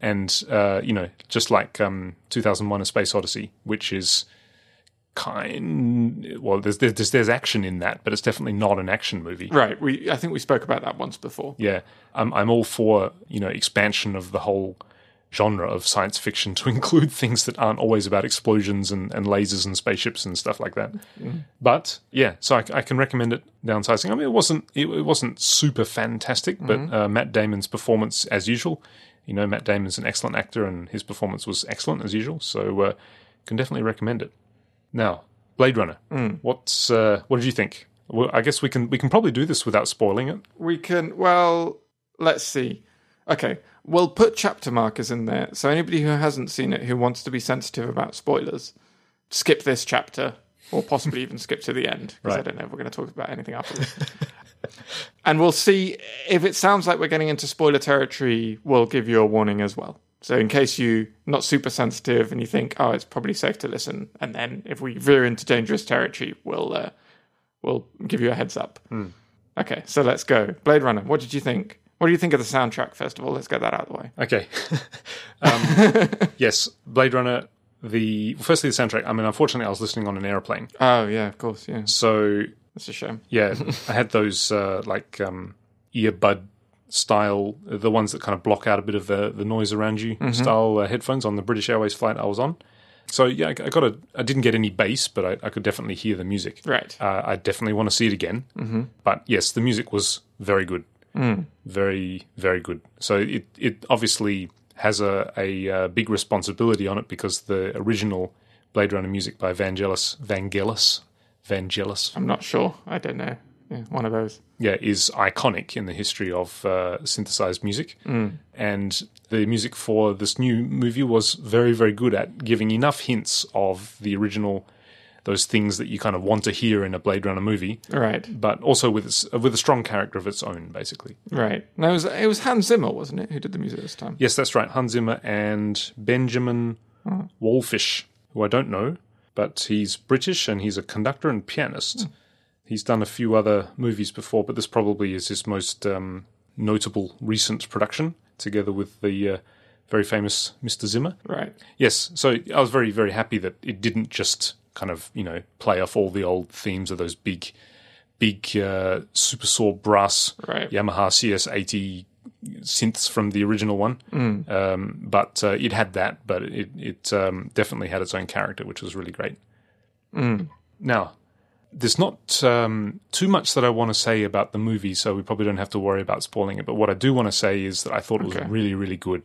[SPEAKER 1] And, uh, you know, just like um, 2001 A Space Odyssey, which is kind well there's, there's there's action in that but it's definitely not an action movie
[SPEAKER 2] Right. We I think we spoke about that once before.
[SPEAKER 1] yeah I'm, I'm all for you know expansion of the whole genre of science fiction to [laughs] include things that aren't always about explosions and, and lasers and spaceships and stuff like that but yeah so I, c- I can recommend it downsizing i mean it wasn't it, it wasn't super fantastic but uh, matt damon's performance as usual you know matt damon's an excellent actor and his performance was excellent as usual so uh, can definitely recommend it now blade runner what's uh, what did you think well, I guess we can we can probably do this without spoiling it.
[SPEAKER 2] We can well let's see. Okay. We'll put chapter markers in there. So anybody who hasn't seen it who wants to be sensitive about spoilers, skip this chapter. Or possibly even skip to the end, because I
[SPEAKER 1] Right.
[SPEAKER 2] don't know if we're going to talk about anything afterwards. [laughs] and we'll see if it sounds like we're getting into spoiler territory, we'll give you a warning as well. So, in case you're not super sensitive and you think, oh, it's probably safe to listen, and then if we veer into dangerous territory, we'll, uh, we'll give you a heads up. Okay, so let's go. Blade Runner, what did you think? What do you think of the soundtrack, first of all? Let's get that out of the way.
[SPEAKER 1] Okay. um, yes, Blade Runner. The well, firstly the soundtrack. I mean, unfortunately, I was listening on an airplane,
[SPEAKER 2] Oh, yeah, of course, yeah.
[SPEAKER 1] so
[SPEAKER 2] That's a shame.
[SPEAKER 1] yeah, I had those uh, like um, earbud style, the ones that kind of block out a bit of the the noise around you style uh, headphones on the British Airways flight I was on. So yeah, I, I got a. I didn't get any bass, but I, I could definitely hear the music.
[SPEAKER 2] Right.
[SPEAKER 1] Uh, I definitely want to see it again. Mm-hmm. But yes, the music was very good, very very good. So it it obviously has a a uh, big responsibility on it because the original Blade Runner music by Vangelis Vangelis Vangelis
[SPEAKER 2] I'm not sure. I don't know. Yeah, one of those.
[SPEAKER 1] yeah, is iconic in the history of uh, synthesized music. And the music for this new movie was very, very good at giving enough hints of the original, those things that you kind of want to hear in a Blade Runner movie,
[SPEAKER 2] Right,
[SPEAKER 1] but also with its, with a strong character of its own, basically.
[SPEAKER 2] right. No, it was, it was Hans Zimmer, wasn't it, who did the music this time?
[SPEAKER 1] Yes, that's right. Hans Zimmer and Benjamin Wallfish, who I don't know, but he's British and he's a conductor and pianist. He's done a few other movies before, but this probably is his most um, notable recent production, together with the uh, very famous Mr. Zimmer.
[SPEAKER 2] Right.
[SPEAKER 1] Yes, so I was very, very happy that it didn't just kind of, you know, play off all the old themes of those big, big uh, super saw brass
[SPEAKER 2] Right.
[SPEAKER 1] Yamaha CS80 synths from the original one. Um, but uh, it had that, but it, it um, definitely had its own character, which was really great. Now, there's not um, too much that I want to say about the movie, so we probably don't have to worry about spoiling it. But what I do want to say is that I thought it was really, really good.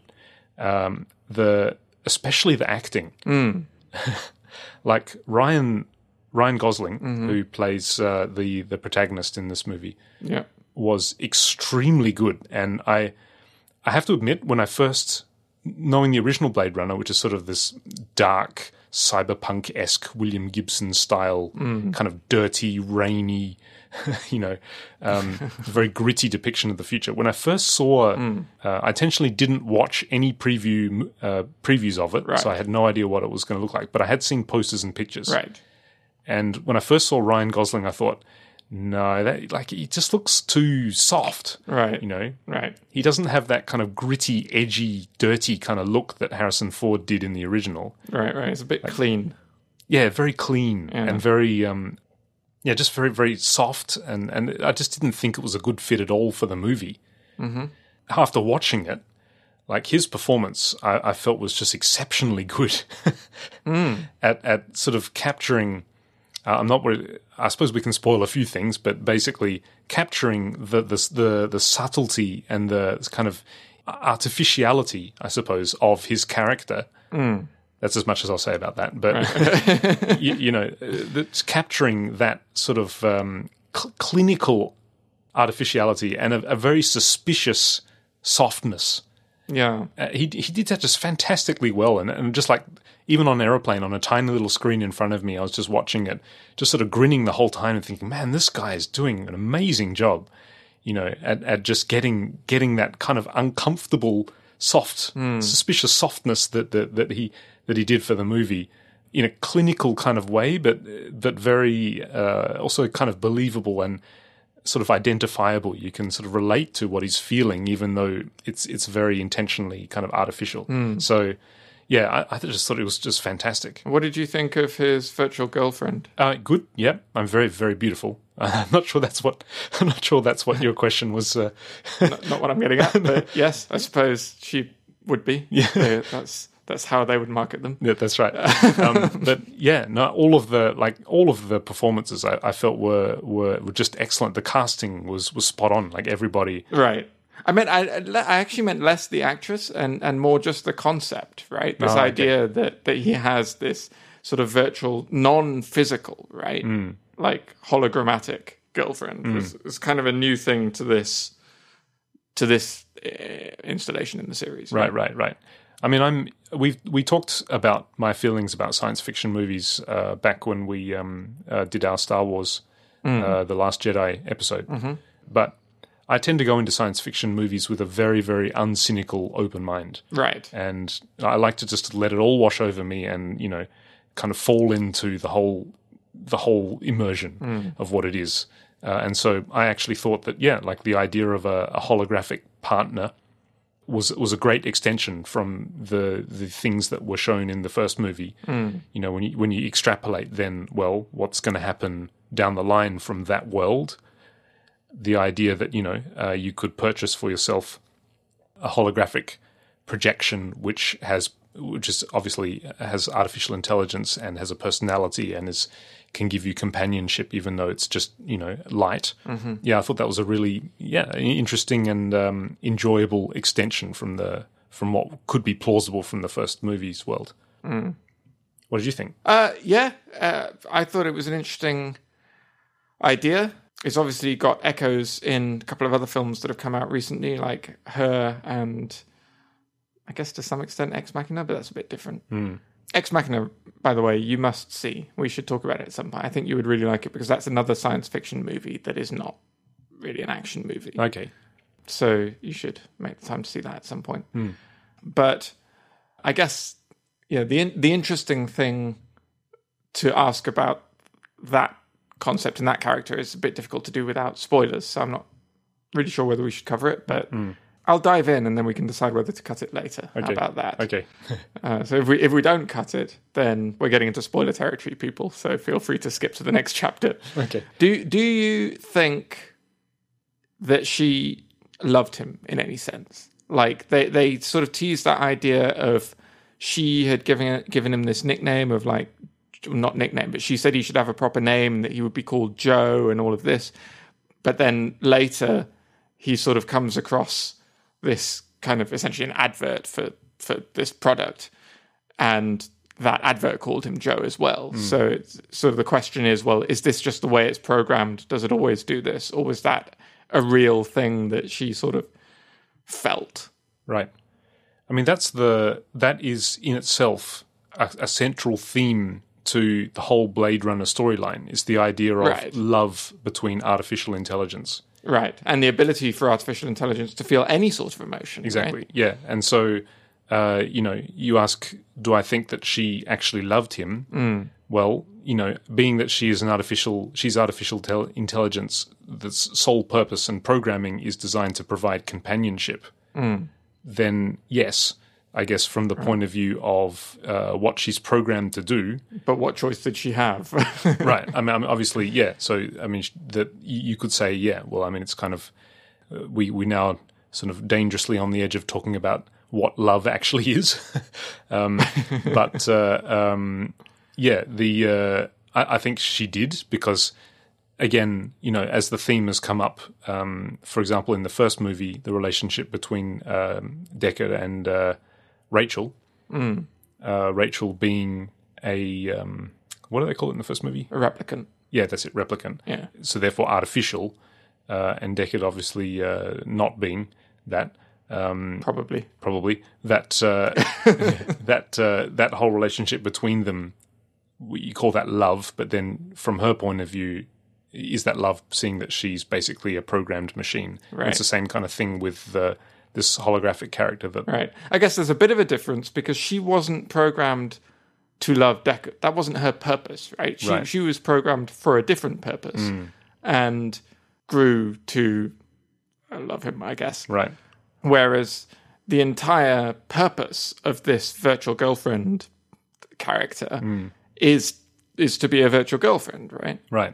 [SPEAKER 1] Um, the especially the acting, [laughs] like Ryan Ryan Gosling, who plays uh, the the protagonist in this movie,
[SPEAKER 2] Yeah.
[SPEAKER 1] was extremely good, and I I have to admit when I first knowing the original Blade Runner, which is sort of this dark cyberpunk esque William Gibson style kind of dirty, rainy, [laughs] you know, um, very gritty depiction of the future. When I first saw, uh, I intentionally didn't watch any preview uh, previews of it, so I had no idea what it was going to look like. But I had seen posters and pictures,
[SPEAKER 2] Right.
[SPEAKER 1] and when I first saw Ryan Gosling, I thought, no, that like he just looks too soft.
[SPEAKER 2] Right.
[SPEAKER 1] You know,
[SPEAKER 2] Right.
[SPEAKER 1] he doesn't have that kind of gritty, edgy, dirty kind of look that Harrison Ford did in the original.
[SPEAKER 2] Right. Right. It's a bit clean.
[SPEAKER 1] Yeah, very clean and very um yeah, just very very soft and and I just didn't think it was a good fit at all for the movie. Mm-hmm. After watching it, like his performance, I, I felt was just exceptionally [laughs] good at at sort of capturing. Uh, I'm not. wor- I suppose we can spoil a few things, but basically capturing the the the, the subtlety and the kind of artificiality, I suppose, of his character. Mm. That's as much as I'll say about that. But [laughs] you, you know, uh, that's capturing that sort of um, cl- clinical artificiality and a, a very suspicious softness.
[SPEAKER 2] Yeah.
[SPEAKER 1] Uh, he he did that just fantastically well, and, and just like even on aeroplane on a tiny little screen in front of me, I was just watching it, just sort of grinning the whole time and thinking, man, this guy is doing an amazing job, you know, at, at just getting getting that kind of uncomfortable, soft, suspicious softness that, that that he that he did for the movie in a clinical kind of way, but but very uh, also kind of believable and sort of identifiable. You can sort of relate to what he's feeling, even though it's it's very intentionally kind of artificial. So, yeah, I, I just thought it was just fantastic.
[SPEAKER 2] What did you think of his virtual girlfriend?
[SPEAKER 1] Uh, good. Yeah, I'm very very beautiful. [laughs] I'm not sure that's what [laughs] I'm not sure that's what your question was. Uh, [laughs]
[SPEAKER 2] Not what I'm getting [laughs] at, but yes, I suppose she would be. Yeah, that's that's how they would market them.
[SPEAKER 1] Yeah, that's right. um, but yeah, no, all of the like all of the performances I, I felt were, were were just excellent. The casting was was spot on. Like everybody,
[SPEAKER 2] Right. I meant I, I le- I actually meant less the actress and, and more just the concept, right? This
[SPEAKER 1] Oh, okay.
[SPEAKER 2] idea that, that he has this sort of virtual, non physical, right?
[SPEAKER 1] Hmm.
[SPEAKER 2] Like hologrammatic girlfriend was, was kind of a new thing to this to this uh, installation in the series.
[SPEAKER 1] right, right, right. I mean, I'm we we talked about my feelings about science fiction movies uh, back when we um, uh, did our Star Wars, uh, the Last Jedi episode. But I tend to go into science fiction movies with a very very uncynical open mind.
[SPEAKER 2] Right.
[SPEAKER 1] and I like to just let it all wash over me and you know kind of fall into the whole the whole immersion of what it is. Uh, and so I actually thought that yeah, like the idea of a, a holographic partner was was a great extension from the the things that were shown in the first movie. You know, when you when you extrapolate, then well, what's going to happen down the line from that world? The idea that you know uh, you could purchase for yourself a holographic projection which has which is obviously uh, has artificial intelligence and has a personality and is can give you companionship even though it's just you know light yeah i thought that was a really yeah i- interesting and um, enjoyable extension from the from what could be plausible from the first movie's world what did you think
[SPEAKER 2] Uh, yeah, uh, I thought it was an interesting idea. It's obviously got echoes in a couple of other films that have come out recently, like Her and I guess to some extent Ex Machina, but that's a bit different. Ex Machina, by the way, you must see. We should talk about it at some point. I think you would really like it because that's another science fiction movie that is not really an action movie
[SPEAKER 1] okay
[SPEAKER 2] so you should make the time to see that at some point. But I guess yeah, the in- the interesting thing to ask about that concept and that character is a bit difficult to do without spoilers. So I'm not really sure whether we should cover it, but I'll dive in and then we can decide whether to cut it later. How
[SPEAKER 1] Okay.
[SPEAKER 2] about that?
[SPEAKER 1] okay
[SPEAKER 2] Uh, so if we if we don't cut it, then we're getting into spoiler territory, people. So feel free to skip to the next chapter.
[SPEAKER 1] okay
[SPEAKER 2] Do do you think that she loved him in any sense? Like they, they sort of teased that idea of she had given given him this nickname of like not nickname, but she said he should have a proper name that he would be called Joe and all of this. But then later he sort of comes across this kind of essentially an advert for for this product and that advert called him Joe as well. So it's sort of the question is, well, is this just the way it's programmed? Does it always do this, or was that a real thing that she sort of felt?
[SPEAKER 1] Right. I mean, that's the that is in itself a, a central theme to the whole Blade Runner storyline. Is the idea of
[SPEAKER 2] Right.
[SPEAKER 1] love between artificial intelligence.
[SPEAKER 2] Right, and the ability for artificial intelligence to feel any sort of emotion. right?
[SPEAKER 1] Exactly. Yeah. And so, uh, you know, you ask, do I think that she actually loved him? Mm. Well, you know, being that she is an artificial, she's artificial tel- intelligence. That's sole purpose and programming is designed to provide companionship. Then yes, I guess from the point of view of uh, what she's programmed to do,
[SPEAKER 2] But what choice did she have?
[SPEAKER 1] [laughs]
[SPEAKER 2] [laughs]
[SPEAKER 1] right. I mean, I'm obviously, yeah. So, I mean, sh- that you you could say, yeah. Well, I mean, it's kind of uh, we we now sort of dangerously on the edge of talking about what love actually [laughs] is. um, but uh, um, yeah, the uh, I, I think she did because again, you know, as the theme has come up, um, for example, in the first movie, the relationship between um, Deckard and uh, Rachel, uh, Rachel being a um, what do they call it in the first movie?
[SPEAKER 2] a replicant.
[SPEAKER 1] Yeah, that's it, replicant.
[SPEAKER 2] Yeah.
[SPEAKER 1] So therefore, artificial, uh, and Deckard obviously uh, not being that. Um,
[SPEAKER 2] probably.
[SPEAKER 1] probably that
[SPEAKER 2] [laughs]
[SPEAKER 1] uh, that uh, that whole relationship between them we- you call that love but then from her point of view is that love seeing that she's basically a programmed machine And
[SPEAKER 2] Right.
[SPEAKER 1] it's the same kind of thing with the this holographic character that
[SPEAKER 2] Right. I guess there's a bit of a difference because she wasn't programmed to love Deckard. That wasn't her purpose, right? She,
[SPEAKER 1] Right.
[SPEAKER 2] she was programmed for a different purpose and grew to uh, love him, I guess.
[SPEAKER 1] right
[SPEAKER 2] Whereas the entire purpose of this virtual girlfriend character is is to be a virtual girlfriend, right?
[SPEAKER 1] right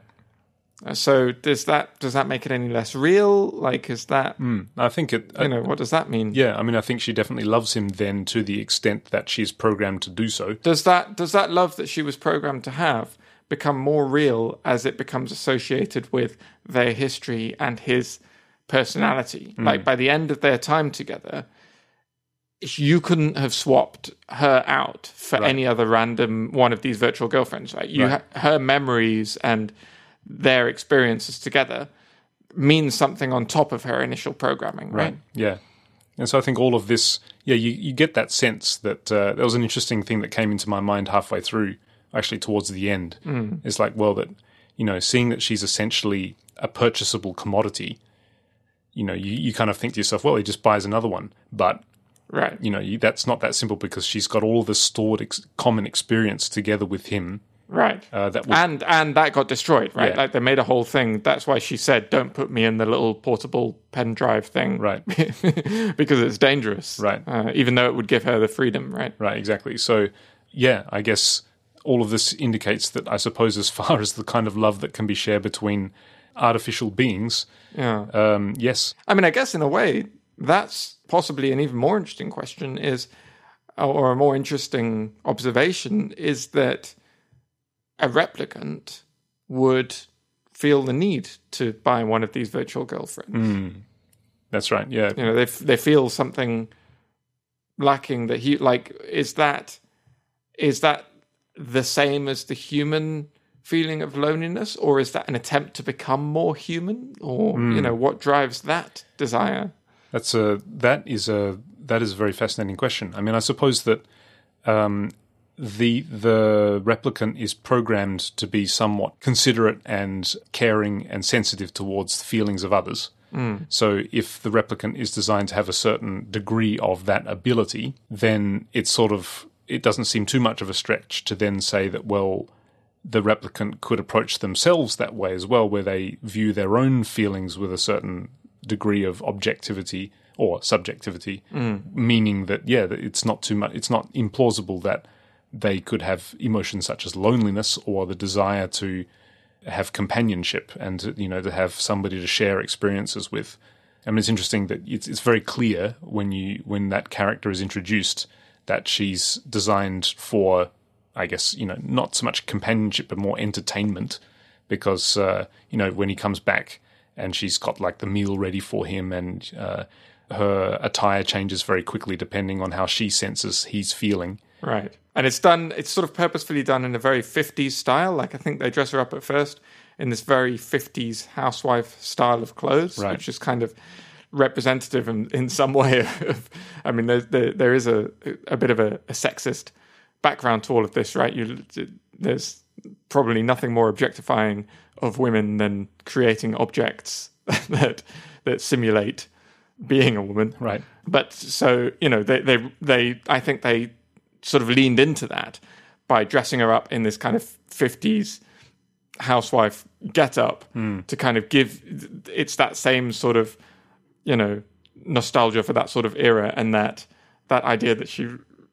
[SPEAKER 2] Uh, So does that does that make it any less real? Like, is that
[SPEAKER 1] i think it uh,
[SPEAKER 2] you know what does that mean?
[SPEAKER 1] yeah i mean i think she definitely loves him then to the extent that she's programmed to do so
[SPEAKER 2] Does that does that love that she was programmed to have become more real as it becomes associated with their history and his personality? Like by the end of their time together, you couldn't have swapped her out for any other random one of these virtual girlfriends. Right? You ha- her memories and their experiences together means something on top of her initial programming, right?
[SPEAKER 1] Yeah. And so I think all of this, yeah, you, you get that sense that uh, that was an interesting thing that came into my mind halfway through, actually towards the end. Mm. It's like, well, that, you know, seeing that she's essentially a purchasable commodity, you know, you, you kind of think to yourself, well, he just buys another one. But,
[SPEAKER 2] Right.
[SPEAKER 1] you know, you, that's not that simple because she's got all this stored ex- common experience together with him
[SPEAKER 2] Right.
[SPEAKER 1] uh, that was
[SPEAKER 2] and and that got destroyed, right?
[SPEAKER 1] Yeah.
[SPEAKER 2] Like they made a whole thing. That's why she said, "Don't put me in the little portable pen drive thing,
[SPEAKER 1] [laughs] right.
[SPEAKER 2] [laughs] because it's dangerous,
[SPEAKER 1] Right.
[SPEAKER 2] Uh, even though it would give her the freedom, right?
[SPEAKER 1] Right, exactly. So, yeah, I guess all of this indicates that I suppose, as [laughs] far as the kind of love that can be shared between artificial beings,
[SPEAKER 2] Yeah.
[SPEAKER 1] um, yes,
[SPEAKER 2] I mean, I guess in a way, that's possibly an even more interesting question is, or a more interesting observation is that a replicant would feel the need to buy one of these virtual girlfriends.
[SPEAKER 1] that's right. Yeah,
[SPEAKER 2] you know they f- they feel something lacking that he like is that is that the same as the human feeling of loneliness or is that an attempt to become more human or you know what drives that desire
[SPEAKER 1] that's a that is a that is a very fascinating question. I mean, I suppose that um, the the replicant is programmed to be somewhat considerate and caring and sensitive towards the feelings of others. So if the replicant is designed to have a certain degree of that ability, then it's sort of it doesn't seem too much of a stretch to then say that well the replicant could approach themselves that way as well where they view their own feelings with a certain degree of objectivity or subjectivity meaning that yeah that it's not too much it's not implausible that they could have emotions such as loneliness or the desire to have companionship and to, you know to have somebody to share experiences with. I mean, it's interesting that it's, it's very clear when you when that character is introduced that she's designed for, I guess you know, not so much companionship but more entertainment, because uh, you know when he comes back and she's got like the meal ready for him and uh, her attire changes very quickly depending on how she senses he's feeling.
[SPEAKER 2] Right. And it's done, it's sort of purposefully done in a very 50s style. Like, I think they dress her up at first in this very 50s housewife style of clothes,
[SPEAKER 1] Right.
[SPEAKER 2] which is kind of representative in, in some [laughs] way of, I mean, there, there, there is a, a bit of a, a sexist background to all of this, right? You, there's probably nothing more objectifying of women than creating objects [laughs] that, that simulate being a woman
[SPEAKER 1] Right.
[SPEAKER 2] but so you know they they they I think they sort of leaned into that by dressing her up in this kind of 50s housewife getup to kind of give it's that same sort of you know nostalgia for that sort of era and that that idea that she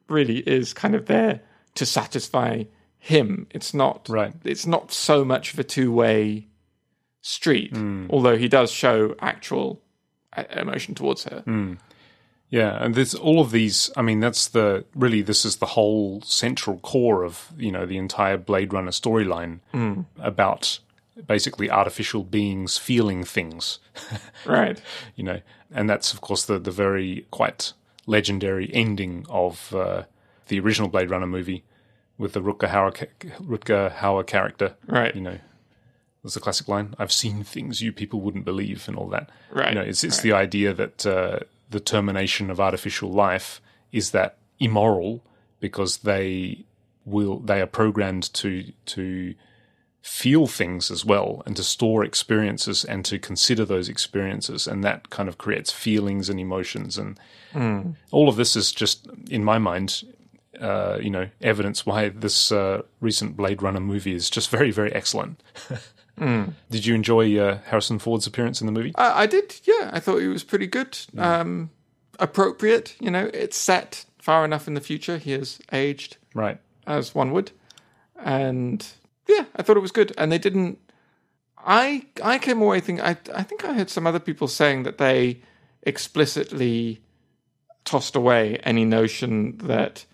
[SPEAKER 2] really is kind of there to satisfy him it's not
[SPEAKER 1] Right.
[SPEAKER 2] it's not so much of a two-way street although he does show actual uh, emotion towards her
[SPEAKER 1] Yeah, and there's all of these. I mean, that's the really this is the whole central core of you know the entire Blade Runner storyline about basically artificial beings feeling things,
[SPEAKER 2] right
[SPEAKER 1] you know, and that's of course the the very quite legendary ending of uh, the original Blade Runner movie with the Rutger Hauer, ca- Rutger Hauer character,
[SPEAKER 2] Right.
[SPEAKER 1] You know, there's the classic line: "I've seen things you people wouldn't believe," and all that.
[SPEAKER 2] Right.
[SPEAKER 1] You know, it's it's the idea that uh, the termination of artificial life is that immoral because they will they are programmed to to feel things as well and to store experiences and to consider those experiences and that kind of creates feelings and emotions and
[SPEAKER 2] Hmm.
[SPEAKER 1] all of this is just in my mind uh, you know evidence why this uh, recent blade runner movie is just very very excellent did you enjoy uh, harrison ford's appearance in the movie
[SPEAKER 2] I, I did, yeah. I thought it was pretty good. Um, appropriate, you know. It's set far enough in the future. He has aged
[SPEAKER 1] right
[SPEAKER 2] as one would, and yeah, I thought it was good. And they didn't. I I came away thinking. I I think I heard some other people saying that they explicitly tossed away any notion that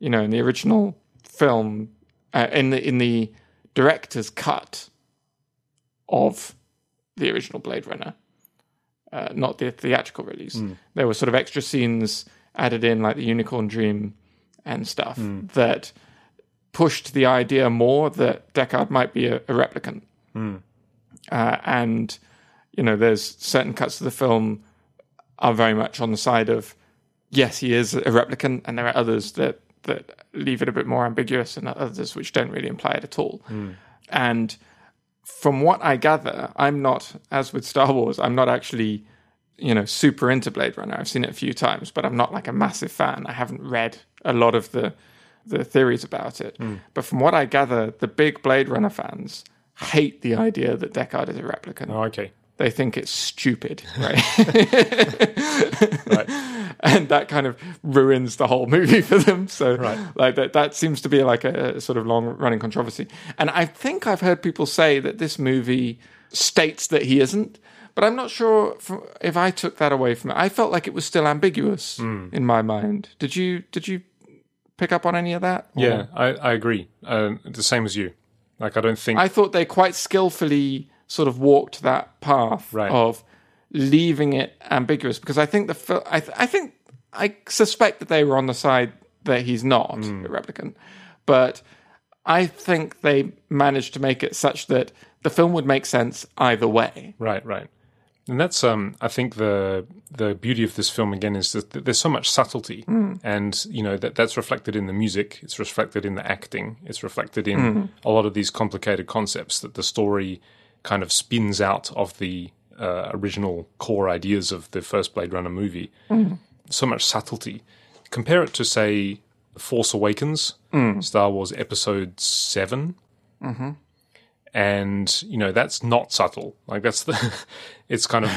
[SPEAKER 2] you know in the original film uh, in the in the director's cut of the original Blade Runner, uh, not the theatrical release. There were sort of extra scenes added in, like the unicorn dream and stuff, that pushed the idea more that Deckard might be a, a replicant. Uh, and you know, there's certain cuts of the film are very much on the side of yes, he is a replicant, and there are others that that leave it a bit more ambiguous, and others which don't really imply it at all. And from what I gather, I'm not, as with Star Wars, I'm not actually, you know, super into Blade Runner. I've seen it a few times, but I'm not like a massive fan. I haven't read a lot of the the theories about it. But from what I gather, the big Blade Runner fans hate the idea that Deckard is a replicant.
[SPEAKER 1] oh okay
[SPEAKER 2] They think it's
[SPEAKER 1] [laughs]
[SPEAKER 2] stupid, right?
[SPEAKER 1] right
[SPEAKER 2] and that kind of ruins the whole movie for them. So,
[SPEAKER 1] Right.
[SPEAKER 2] like that, that seems to be like a, a sort of long-running controversy. And I think I've heard people say that this movie states that he isn't, but I'm not sure from, if I took that away from it. I felt like it was still ambiguous
[SPEAKER 1] Hmm.
[SPEAKER 2] in my mind. Did you? Did you pick up on any of that? Or-
[SPEAKER 1] Yeah, I, I agree. Um, the same as you. Like, I don't think.
[SPEAKER 2] I thought they quite skillfully sort of walked that path
[SPEAKER 1] Right.
[SPEAKER 2] of leaving it ambiguous because I think the fil- I, th- I think I suspect that they were on the side that he's not a replicant, but I think they managed to make it such that the film would make sense either way.
[SPEAKER 1] right, right. And that's, um, I think, the the beauty of this film again is that th- there's so much subtlety, and you know that that's reflected in the music. It's reflected in the acting. It's reflected in a lot of these complicated concepts that the story kind of spins out of the uh, original core ideas of the first Blade Runner movie. so much subtlety. Compare it to, say, Force Awakens, Star Wars Episode 7. Mm-hmm. And, you know, that's not subtle. Like, that's the. [laughs] it's kind of.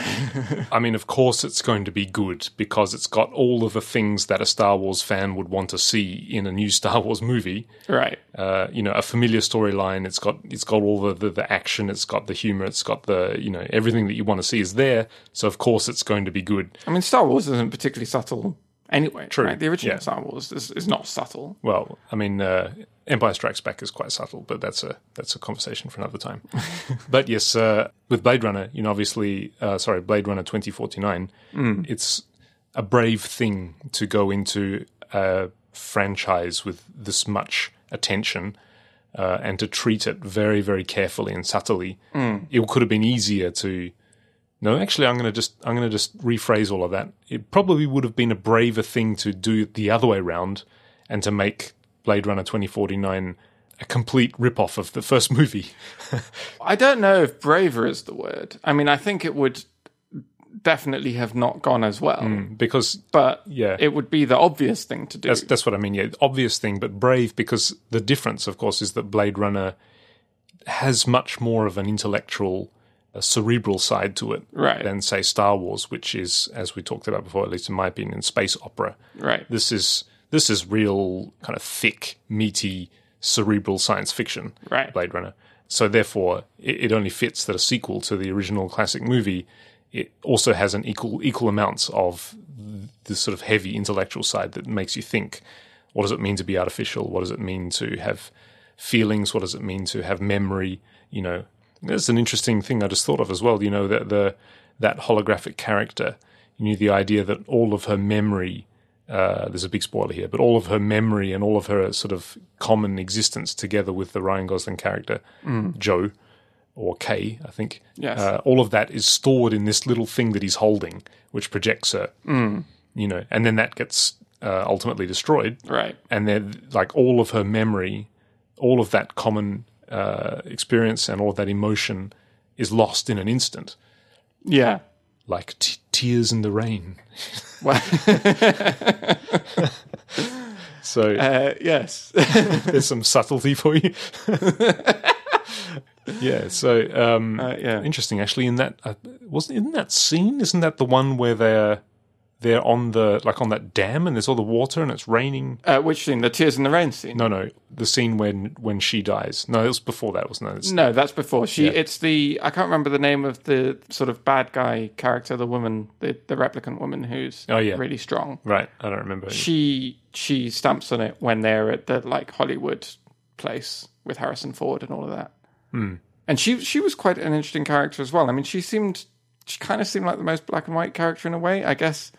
[SPEAKER 1] I mean, of course, it's going to be good because it's got all of the things that a Star Wars fan would want to see in a new [laughs] Star Wars movie
[SPEAKER 2] Right.
[SPEAKER 1] uh, you know a familiar storyline. It's got it's got all the, the the action. It's got the humor. It's got the you know everything that you want to see is there. So of course it's going to be good.
[SPEAKER 2] I mean, Star Wars isn't particularly subtle anyway. True. The original
[SPEAKER 1] yeah.
[SPEAKER 2] Star Wars is, is not subtle.
[SPEAKER 1] Well, I mean, uh, Empire Strikes Back is quite subtle, but that's a that's a conversation for another time. but yes, uh, with Blade Runner, you know, obviously, uh, sorry, Blade Runner twenty forty nine. It's a brave thing to go into a franchise with this much attention. Uh, and to treat it very, very carefully and subtly, it could have been easier to no, actually, I'm going to just I'm going to just rephrase all of that. It probably would have been a braver thing to do the other way round and to make Blade Runner 2049 a complete rip-off of the first movie. [laughs]
[SPEAKER 2] I don't know if braver is the word. I mean, I think it would definitely have not gone as well.
[SPEAKER 1] Hmm. because
[SPEAKER 2] but
[SPEAKER 1] Yeah.
[SPEAKER 2] it would be the obvious thing to do.
[SPEAKER 1] that's that's what I mean. Yeah, obvious thing, but brave because the difference, of course, is that Blade Runner has much more of an intellectual, uh, cerebral side to it
[SPEAKER 2] Right.
[SPEAKER 1] than say Star Wars, which is, as we talked about before, at least in my opinion, space opera.
[SPEAKER 2] right.
[SPEAKER 1] this is this is real kind of thick, meaty, cerebral science fiction.
[SPEAKER 2] Right.
[SPEAKER 1] Blade Runner. So therefore, it, it only fits that a sequel to the original classic movie. It also has an equal equal amounts of th- the sort of heavy intellectual side that makes you think. What does it mean to be artificial? What does it mean to have feelings? What does it mean to have memory? You know, that's an interesting thing I just thought of as well. You know, that the that holographic character. You knew the idea that all of her memory uh, there's a big spoiler here, but all of her memory and all of her sort of common existence together with the Ryan Gosling character, Joe, or K, I think.
[SPEAKER 2] Yes.
[SPEAKER 1] Uh, all of that is stored in this little thing that he's holding, which projects her. You know, and then that gets uh, ultimately destroyed,
[SPEAKER 2] Right.
[SPEAKER 1] and then like all of her memory, all of that common uh, experience and all of that emotion is lost in an instant,
[SPEAKER 2] Yeah.
[SPEAKER 1] like t- tears in the rain.
[SPEAKER 2] Well,
[SPEAKER 1] [laughs] So
[SPEAKER 2] uh, yes.
[SPEAKER 1] Mm-hmm. there's some subtlety for you. [laughs] yeah. So um,
[SPEAKER 2] Uh, yeah.
[SPEAKER 1] interesting, actually. In that uh, wasn't in that scene? Isn't that the one where they're they're on the like on that dam and there's all the water and it's raining?
[SPEAKER 2] Uh, which scene? The tears in the rain scene.
[SPEAKER 1] No, no, the scene when when she dies. No, it was before that, wasn't it? It's-
[SPEAKER 2] No, that's before she. It's the I can't remember the name of the sort of bad guy character, the woman, the, the replicant woman who's
[SPEAKER 1] Oh, yeah.
[SPEAKER 2] really strong.
[SPEAKER 1] Right, I don't remember.
[SPEAKER 2] She she stamps on it when they're at the like Hollywood place with Harrison Ford and all of that. And she she was quite an interesting character as well. I mean, she seemed she kind of seemed like the most black and white character in a way. I guess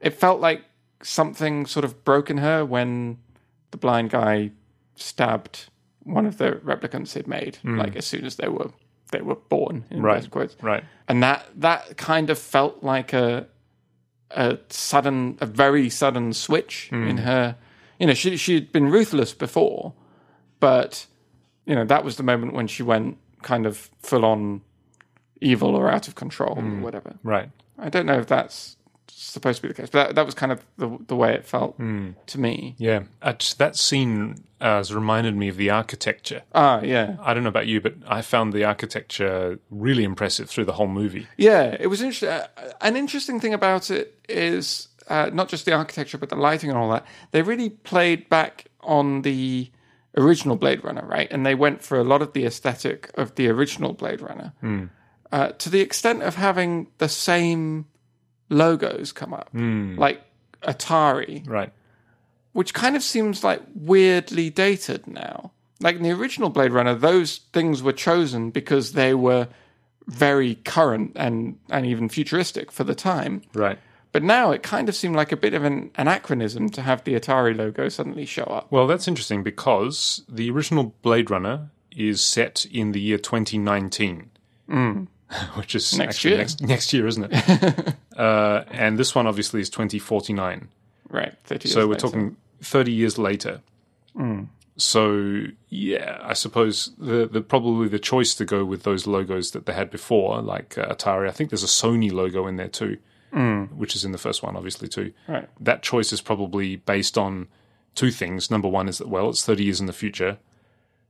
[SPEAKER 2] it felt like something sort of broke in her when the blind guy stabbed one of the replicants he'd made, like as soon as they were they were born, in
[SPEAKER 1] Right.
[SPEAKER 2] inverted quotes.
[SPEAKER 1] Right.
[SPEAKER 2] And that that kind of felt like a a sudden, a very sudden switch in her. You know, she she'd been ruthless before, but you know that was the moment when she went kind of full on evil or out of control or whatever.
[SPEAKER 1] Right.
[SPEAKER 2] I don't know if that's supposed to be the case, but that, that was kind of the the way it felt to me.
[SPEAKER 1] Yeah. At, that scene uh, has reminded me of the architecture.
[SPEAKER 2] Ah, yeah,
[SPEAKER 1] I don't know about you, but I found the architecture really impressive through the whole movie.
[SPEAKER 2] yeah. It was interesting. Uh, an interesting thing about it is uh, not just the architecture, but the lighting and all that. They really played back on the original Blade Runner, right? And they went for a lot of the aesthetic of the original Blade Runner, uh, to the extent of having the same logos come up, like Atari.
[SPEAKER 1] Right.
[SPEAKER 2] which kind of seems like weirdly dated now. Like in the original Blade Runner, those things were chosen because they were very current and, and even futuristic for the time.
[SPEAKER 1] Right.
[SPEAKER 2] But now it kind of seemed like a bit of an anachronism to have the Atari logo suddenly show up.
[SPEAKER 1] Well, that's interesting because the original Blade Runner is set in the year 2019, [laughs] which is
[SPEAKER 2] Next
[SPEAKER 1] actually
[SPEAKER 2] year.
[SPEAKER 1] Next, next year, isn't it? uh, and this one obviously is 2049.
[SPEAKER 2] Right, 30 years
[SPEAKER 1] So we're
[SPEAKER 2] later. Mm.
[SPEAKER 1] talking 30 years later. So yeah, I suppose the, the probably the choice to go with those logos that they had before, like uh, Atari. I think there's a Sony logo in there too, which is in the first one, obviously too.
[SPEAKER 2] Mm. Right.
[SPEAKER 1] That choice is probably based on two things. Number one is that well, it's 30 years in the future,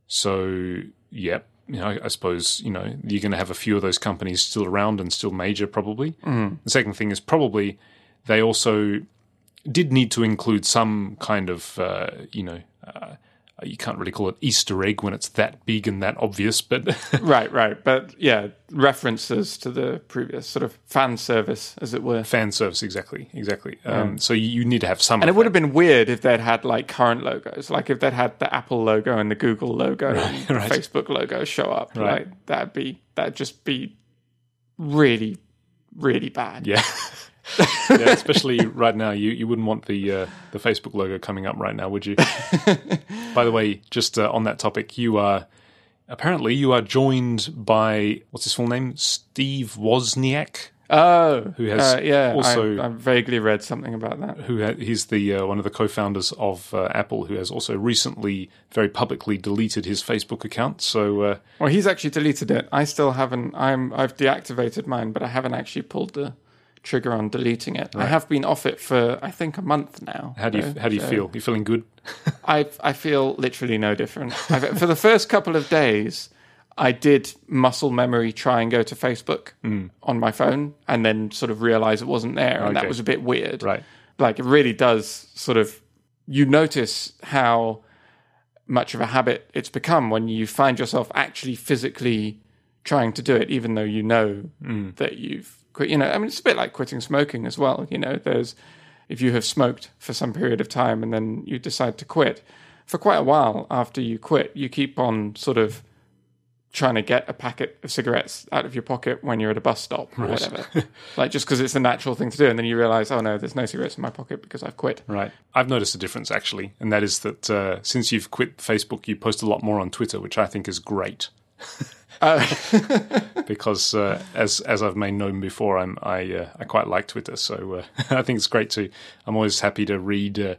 [SPEAKER 1] so yeah. You know, I, I suppose you know you're going to have a few of those companies still around and still major probably.
[SPEAKER 2] Mm.
[SPEAKER 1] The second thing is probably they also did need to include some kind of, uh, you know, uh, you can't really call it Easter egg when it's that big and that obvious, but [laughs]
[SPEAKER 2] Right, right. But yeah, references to the previous sort of fan service, as it were.
[SPEAKER 1] fan service, exactly, exactly. Um, So you, you need to have some.
[SPEAKER 2] And it
[SPEAKER 1] of
[SPEAKER 2] would have been weird if they'd had like current logos, like if they'd had the Apple logo and the Google logo and the
[SPEAKER 1] right.
[SPEAKER 2] Facebook logo show up.
[SPEAKER 1] Right.
[SPEAKER 2] Like that'd be that'd just be really, really bad.
[SPEAKER 1] that. yeah. yeah, especially right now, you, you wouldn't want the uh, the Facebook logo coming up right now, would
[SPEAKER 2] [laughs]
[SPEAKER 1] you? By the way, just uh, on that topic, you are apparently you are joined by what's his full name, Steve Wozniak.
[SPEAKER 2] Oh,
[SPEAKER 1] Who has
[SPEAKER 2] uh, yeah?
[SPEAKER 1] also-
[SPEAKER 2] I, I vaguely read something about that.
[SPEAKER 1] who ha- he's the uh, one of the co-founders of uh, Apple, who has also recently very publicly deleted his Facebook account. So uh,
[SPEAKER 2] Well, he's actually deleted it. I still haven't. I'm I've deactivated mine, but I haven't actually pulled the trigger on deleting it. I have been off it for I think a month now.
[SPEAKER 1] how do you how do you feel? You feeling good?
[SPEAKER 2] I I feel literally no different. I've, for the first couple of days, I did muscle memory try and go to Facebook on my phone, and then sort of realize it wasn't there, and that
[SPEAKER 1] Okay.
[SPEAKER 2] was a bit weird.
[SPEAKER 1] Right.
[SPEAKER 2] Like it really does sort of you notice how much of a habit it's become when you find yourself actually physically trying to do it, even though you know that you've quit. You know, I mean, it's a bit like quitting smoking as well. You know, there's if you have smoked for some period of time and then you decide to quit for quite a while after you quit, you keep on sort of trying to get a packet of cigarettes out of your pocket when you're at a bus stop or whatever, like just because it's a natural thing to do. And then you realize, oh no, there's no cigarettes in my pocket because I've quit.
[SPEAKER 1] Right. I've noticed a difference actually, and that is that uh, since you've quit Facebook, you post a lot more on Twitter, which I think is great. [laughs] because uh, as as I've made known before, I'm I uh, I quite like Twitter, so uh, [laughs] I think it's great to. I'm always happy to read uh,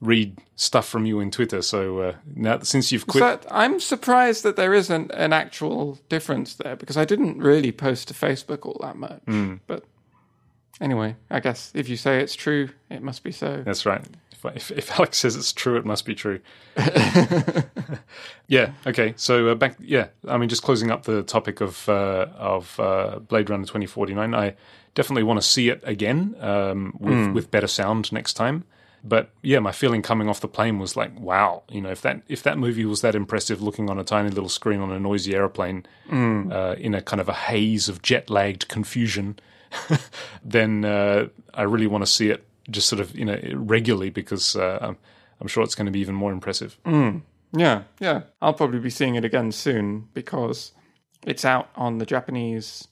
[SPEAKER 1] read stuff from you in Twitter. So uh, now since you've quit,
[SPEAKER 2] But I'm surprised that there isn't an actual difference there because I didn't really post to Facebook all that much. But anyway, I guess if you say it's true, it must be so.
[SPEAKER 1] That's right. If, if, if Alex says it's true, it must be true. yeah. Okay. So uh, back. Yeah. I mean, just closing up the topic of uh, of uh, Blade Runner twenty forty nine. I definitely want to see it again um, with with better sound next time. But yeah, my feeling coming off the plane was like, wow. You know, if that if that movie was that impressive, looking on a tiny little screen on a noisy airplane, uh, in a kind of a haze of jet lagged confusion, [laughs] then uh, I really want to see it just sort of you know regularly because uh, I'm, I'm sure it's going to be even more impressive.
[SPEAKER 2] Yeah, yeah. I'll probably be seeing it again soon because it's out on the Japanese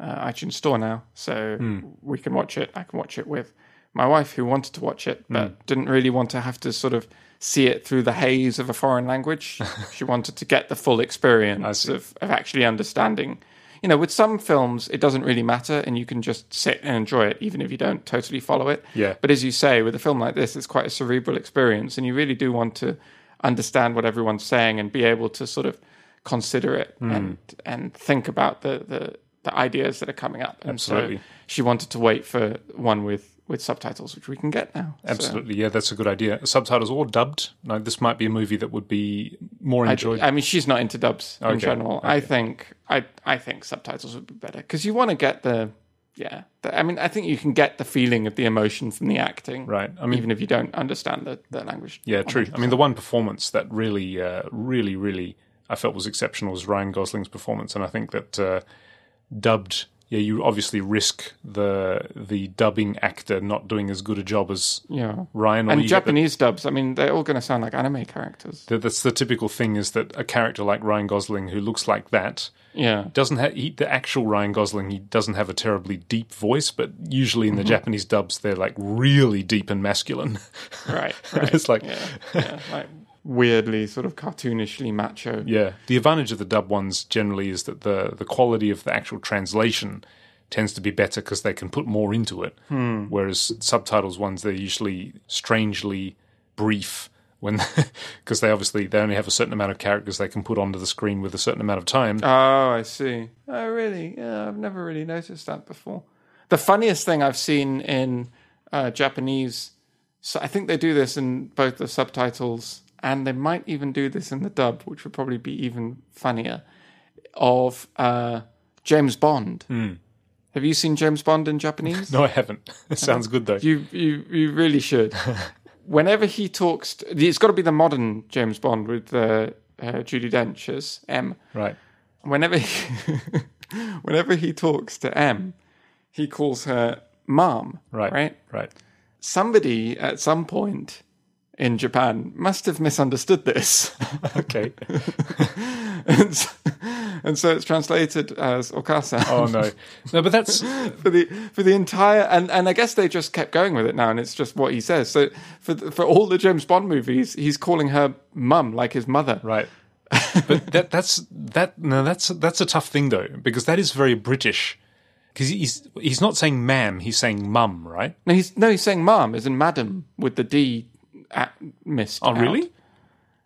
[SPEAKER 2] uh, iTunes store now. So
[SPEAKER 1] Hmm.
[SPEAKER 2] we can watch it. I can watch it with my wife who wanted to watch it but
[SPEAKER 1] Hmm.
[SPEAKER 2] didn't really want to have to sort of see it through the haze of a foreign
[SPEAKER 1] [laughs]
[SPEAKER 2] language. she wanted to get the full experience
[SPEAKER 1] see.
[SPEAKER 2] of, of actually understanding. You know, with some films, it doesn't really matter and you can just sit and enjoy it even if you don't totally follow it.
[SPEAKER 1] Yeah.
[SPEAKER 2] But as you say, with a film like this, it's quite a cerebral experience, and you really do want to understand what everyone's saying and be able to sort of consider it
[SPEAKER 1] Hmm.
[SPEAKER 2] and and think about the the, the ideas that are coming up. And
[SPEAKER 1] Absolutely.
[SPEAKER 2] So she wanted to wait for one with with subtitles, which we can get now. So
[SPEAKER 1] Absolutely, yeah, that's a good idea. Subtitles or dubbed. Now, this might be a movie that would be more
[SPEAKER 2] I-
[SPEAKER 1] enjoyed.
[SPEAKER 2] I mean, she's not into dubs in
[SPEAKER 1] Okay.
[SPEAKER 2] general. I think I I think subtitles would be better because you want to get the yeah. The, I mean, I think you can get the feeling of the emotion from the acting,
[SPEAKER 1] right. I mean,
[SPEAKER 2] even if you don't understand the, the language.
[SPEAKER 1] yeah, true. I mean, the one performance that really, uh, really, really I felt was exceptional was Ryan Gosling's performance, and I think that uh, dubbed. Yeah, you obviously risk the the dubbing actor not doing as good a job as
[SPEAKER 2] Yeah.
[SPEAKER 1] Ryan. Or
[SPEAKER 2] And
[SPEAKER 1] you get the-
[SPEAKER 2] Japanese dubs, I mean, they're all going to sound like anime characters.
[SPEAKER 1] the, that's the typical thing is that a character like Ryan Gosling who looks like that [laughs]
[SPEAKER 2] Yeah.
[SPEAKER 1] doesn't have he, the actual Ryan Gosling. He doesn't have a terribly deep voice, but usually in the Japanese dubs, they're like really deep and masculine. [laughs]
[SPEAKER 2] Right.
[SPEAKER 1] And
[SPEAKER 2] right.
[SPEAKER 1] it's like, yeah.
[SPEAKER 2] yeah. yeah. Like weirdly, sort of cartoonishly macho.
[SPEAKER 1] The advantage of the dub ones generally is that the the quality of the actual translation tends to be better because they can put more into it. Whereas subtitles ones, they're usually strangely brief when [laughs] because they obviously they only have a certain amount of characters they can put onto the screen with a certain amount of time.
[SPEAKER 2] Oh, I see. Oh, really? Yeah, I've never really noticed that before. The funniest thing I've seen in uh, Japanese, so I think they do this in both the subtitles and they might even do this in the dub, which would probably be even funnier, of uh, James Bond.
[SPEAKER 1] Hmm.
[SPEAKER 2] Have you seen James Bond in Japanese?
[SPEAKER 1] No, I haven't. [laughs] It sounds good though.
[SPEAKER 2] You you you really should.
[SPEAKER 1] [laughs]
[SPEAKER 2] Whenever he talks, t- it's got to be the modern James Bond with uh, uh, Judy Dench as M.
[SPEAKER 1] right.
[SPEAKER 2] Whenever he, [laughs] whenever he talks to M, he calls her mom.
[SPEAKER 1] Right.
[SPEAKER 2] Right.
[SPEAKER 1] Right.
[SPEAKER 2] Somebody at some point in Japan must have misunderstood this. [laughs]
[SPEAKER 1] Okay.
[SPEAKER 2] and, so, and so it's translated as Okasa.
[SPEAKER 1] Oh no. [laughs] No, but that's
[SPEAKER 2] for the for the entire and and I guess they just kept going with it now, and it's just what he says. So for the, for all the James Bond movies, he's calling her mum, like his mother.
[SPEAKER 1] right. But that that's that no that's that's a tough thing though because that is very British because he's he's not saying ma'am he's saying mum right
[SPEAKER 2] No, he's no, he's saying mum, as in madam, with the D at, missed.
[SPEAKER 1] oh really
[SPEAKER 2] out.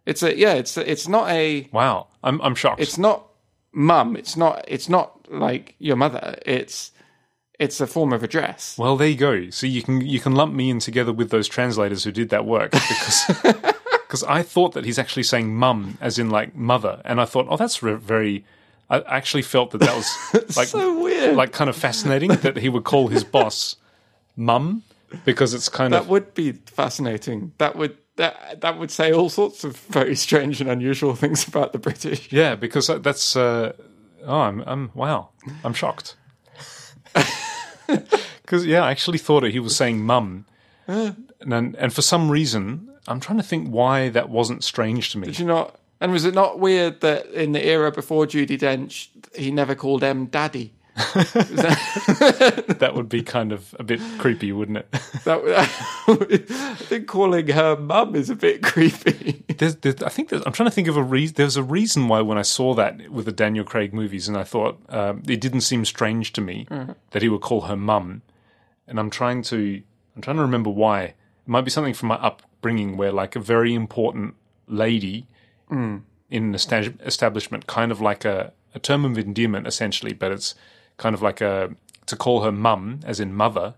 [SPEAKER 2] It's a yeah. It's a, it's not a
[SPEAKER 1] wow I'm I'm shocked
[SPEAKER 2] it's not mum. It's not it's not like your mother. It's it's a form of address.
[SPEAKER 1] well there you go so you can you can lump me in together with those translators who did that work because [laughs] because I thought that he's actually saying mum as in like mother and I thought oh that's re- very I actually felt that that [laughs] was like
[SPEAKER 2] so weird.
[SPEAKER 1] like kind of fascinating that he would call his boss mum because it's kind
[SPEAKER 2] that
[SPEAKER 1] of
[SPEAKER 2] would be fascinating. That would that that would say all sorts of very strange and unusual things about the British.
[SPEAKER 1] yeah because that's uh, oh I'm, I'm wow I'm shocked [laughs] because yeah I actually thought it, he was saying mum and then- and for some reason I'm trying to think why that wasn't strange to me
[SPEAKER 2] Did you not? And was it not weird that in the era before Judy Dench, he never called M Daddy?
[SPEAKER 1] that would be kind of a bit creepy, wouldn't it? [laughs]
[SPEAKER 2] That would- [laughs] I think calling her mum is a bit creepy. [laughs]
[SPEAKER 1] There's, there's, I think there's, I'm trying to think of a reason. There was a reason why when I saw that with the Daniel Craig movies, and I thought um, it didn't seem strange to me
[SPEAKER 2] Mm-hmm.
[SPEAKER 1] that he would call her mum. And I'm trying to, I'm trying to remember why. It might be something from my upbringing where like a very important lady
[SPEAKER 2] Mm.
[SPEAKER 1] in an estab- establishment, kind of like a, a term of endearment essentially, but it's kind of like a to call her mum as in mother,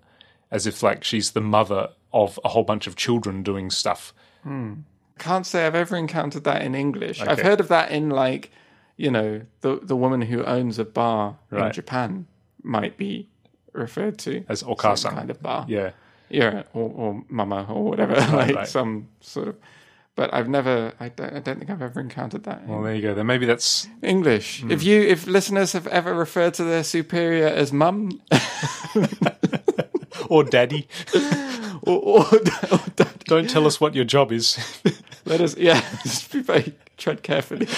[SPEAKER 1] as if like she's the mother of a whole bunch of children doing stuff.
[SPEAKER 2] Can't say I've ever encountered that in English. I've
[SPEAKER 1] Okay.
[SPEAKER 2] heard of that in like, you know, the the woman who owns a bar in
[SPEAKER 1] Right.
[SPEAKER 2] Japan might be referred to
[SPEAKER 1] As Okasan.
[SPEAKER 2] some kind of bar.
[SPEAKER 1] Yeah.
[SPEAKER 2] yeah, or, or mama or whatever, [laughs] like
[SPEAKER 1] right.
[SPEAKER 2] some sort of. But I've never, I don't, I don't think I've ever encountered that in
[SPEAKER 1] Well, there you go. Then maybe that's
[SPEAKER 2] English. If you, if listeners have ever referred to their superior as mum
[SPEAKER 1] or daddy.
[SPEAKER 2] or, or, or dad,
[SPEAKER 1] Don't tell us what your job is. [laughs]
[SPEAKER 2] [laughs] let us, yeah, just be very tread carefully.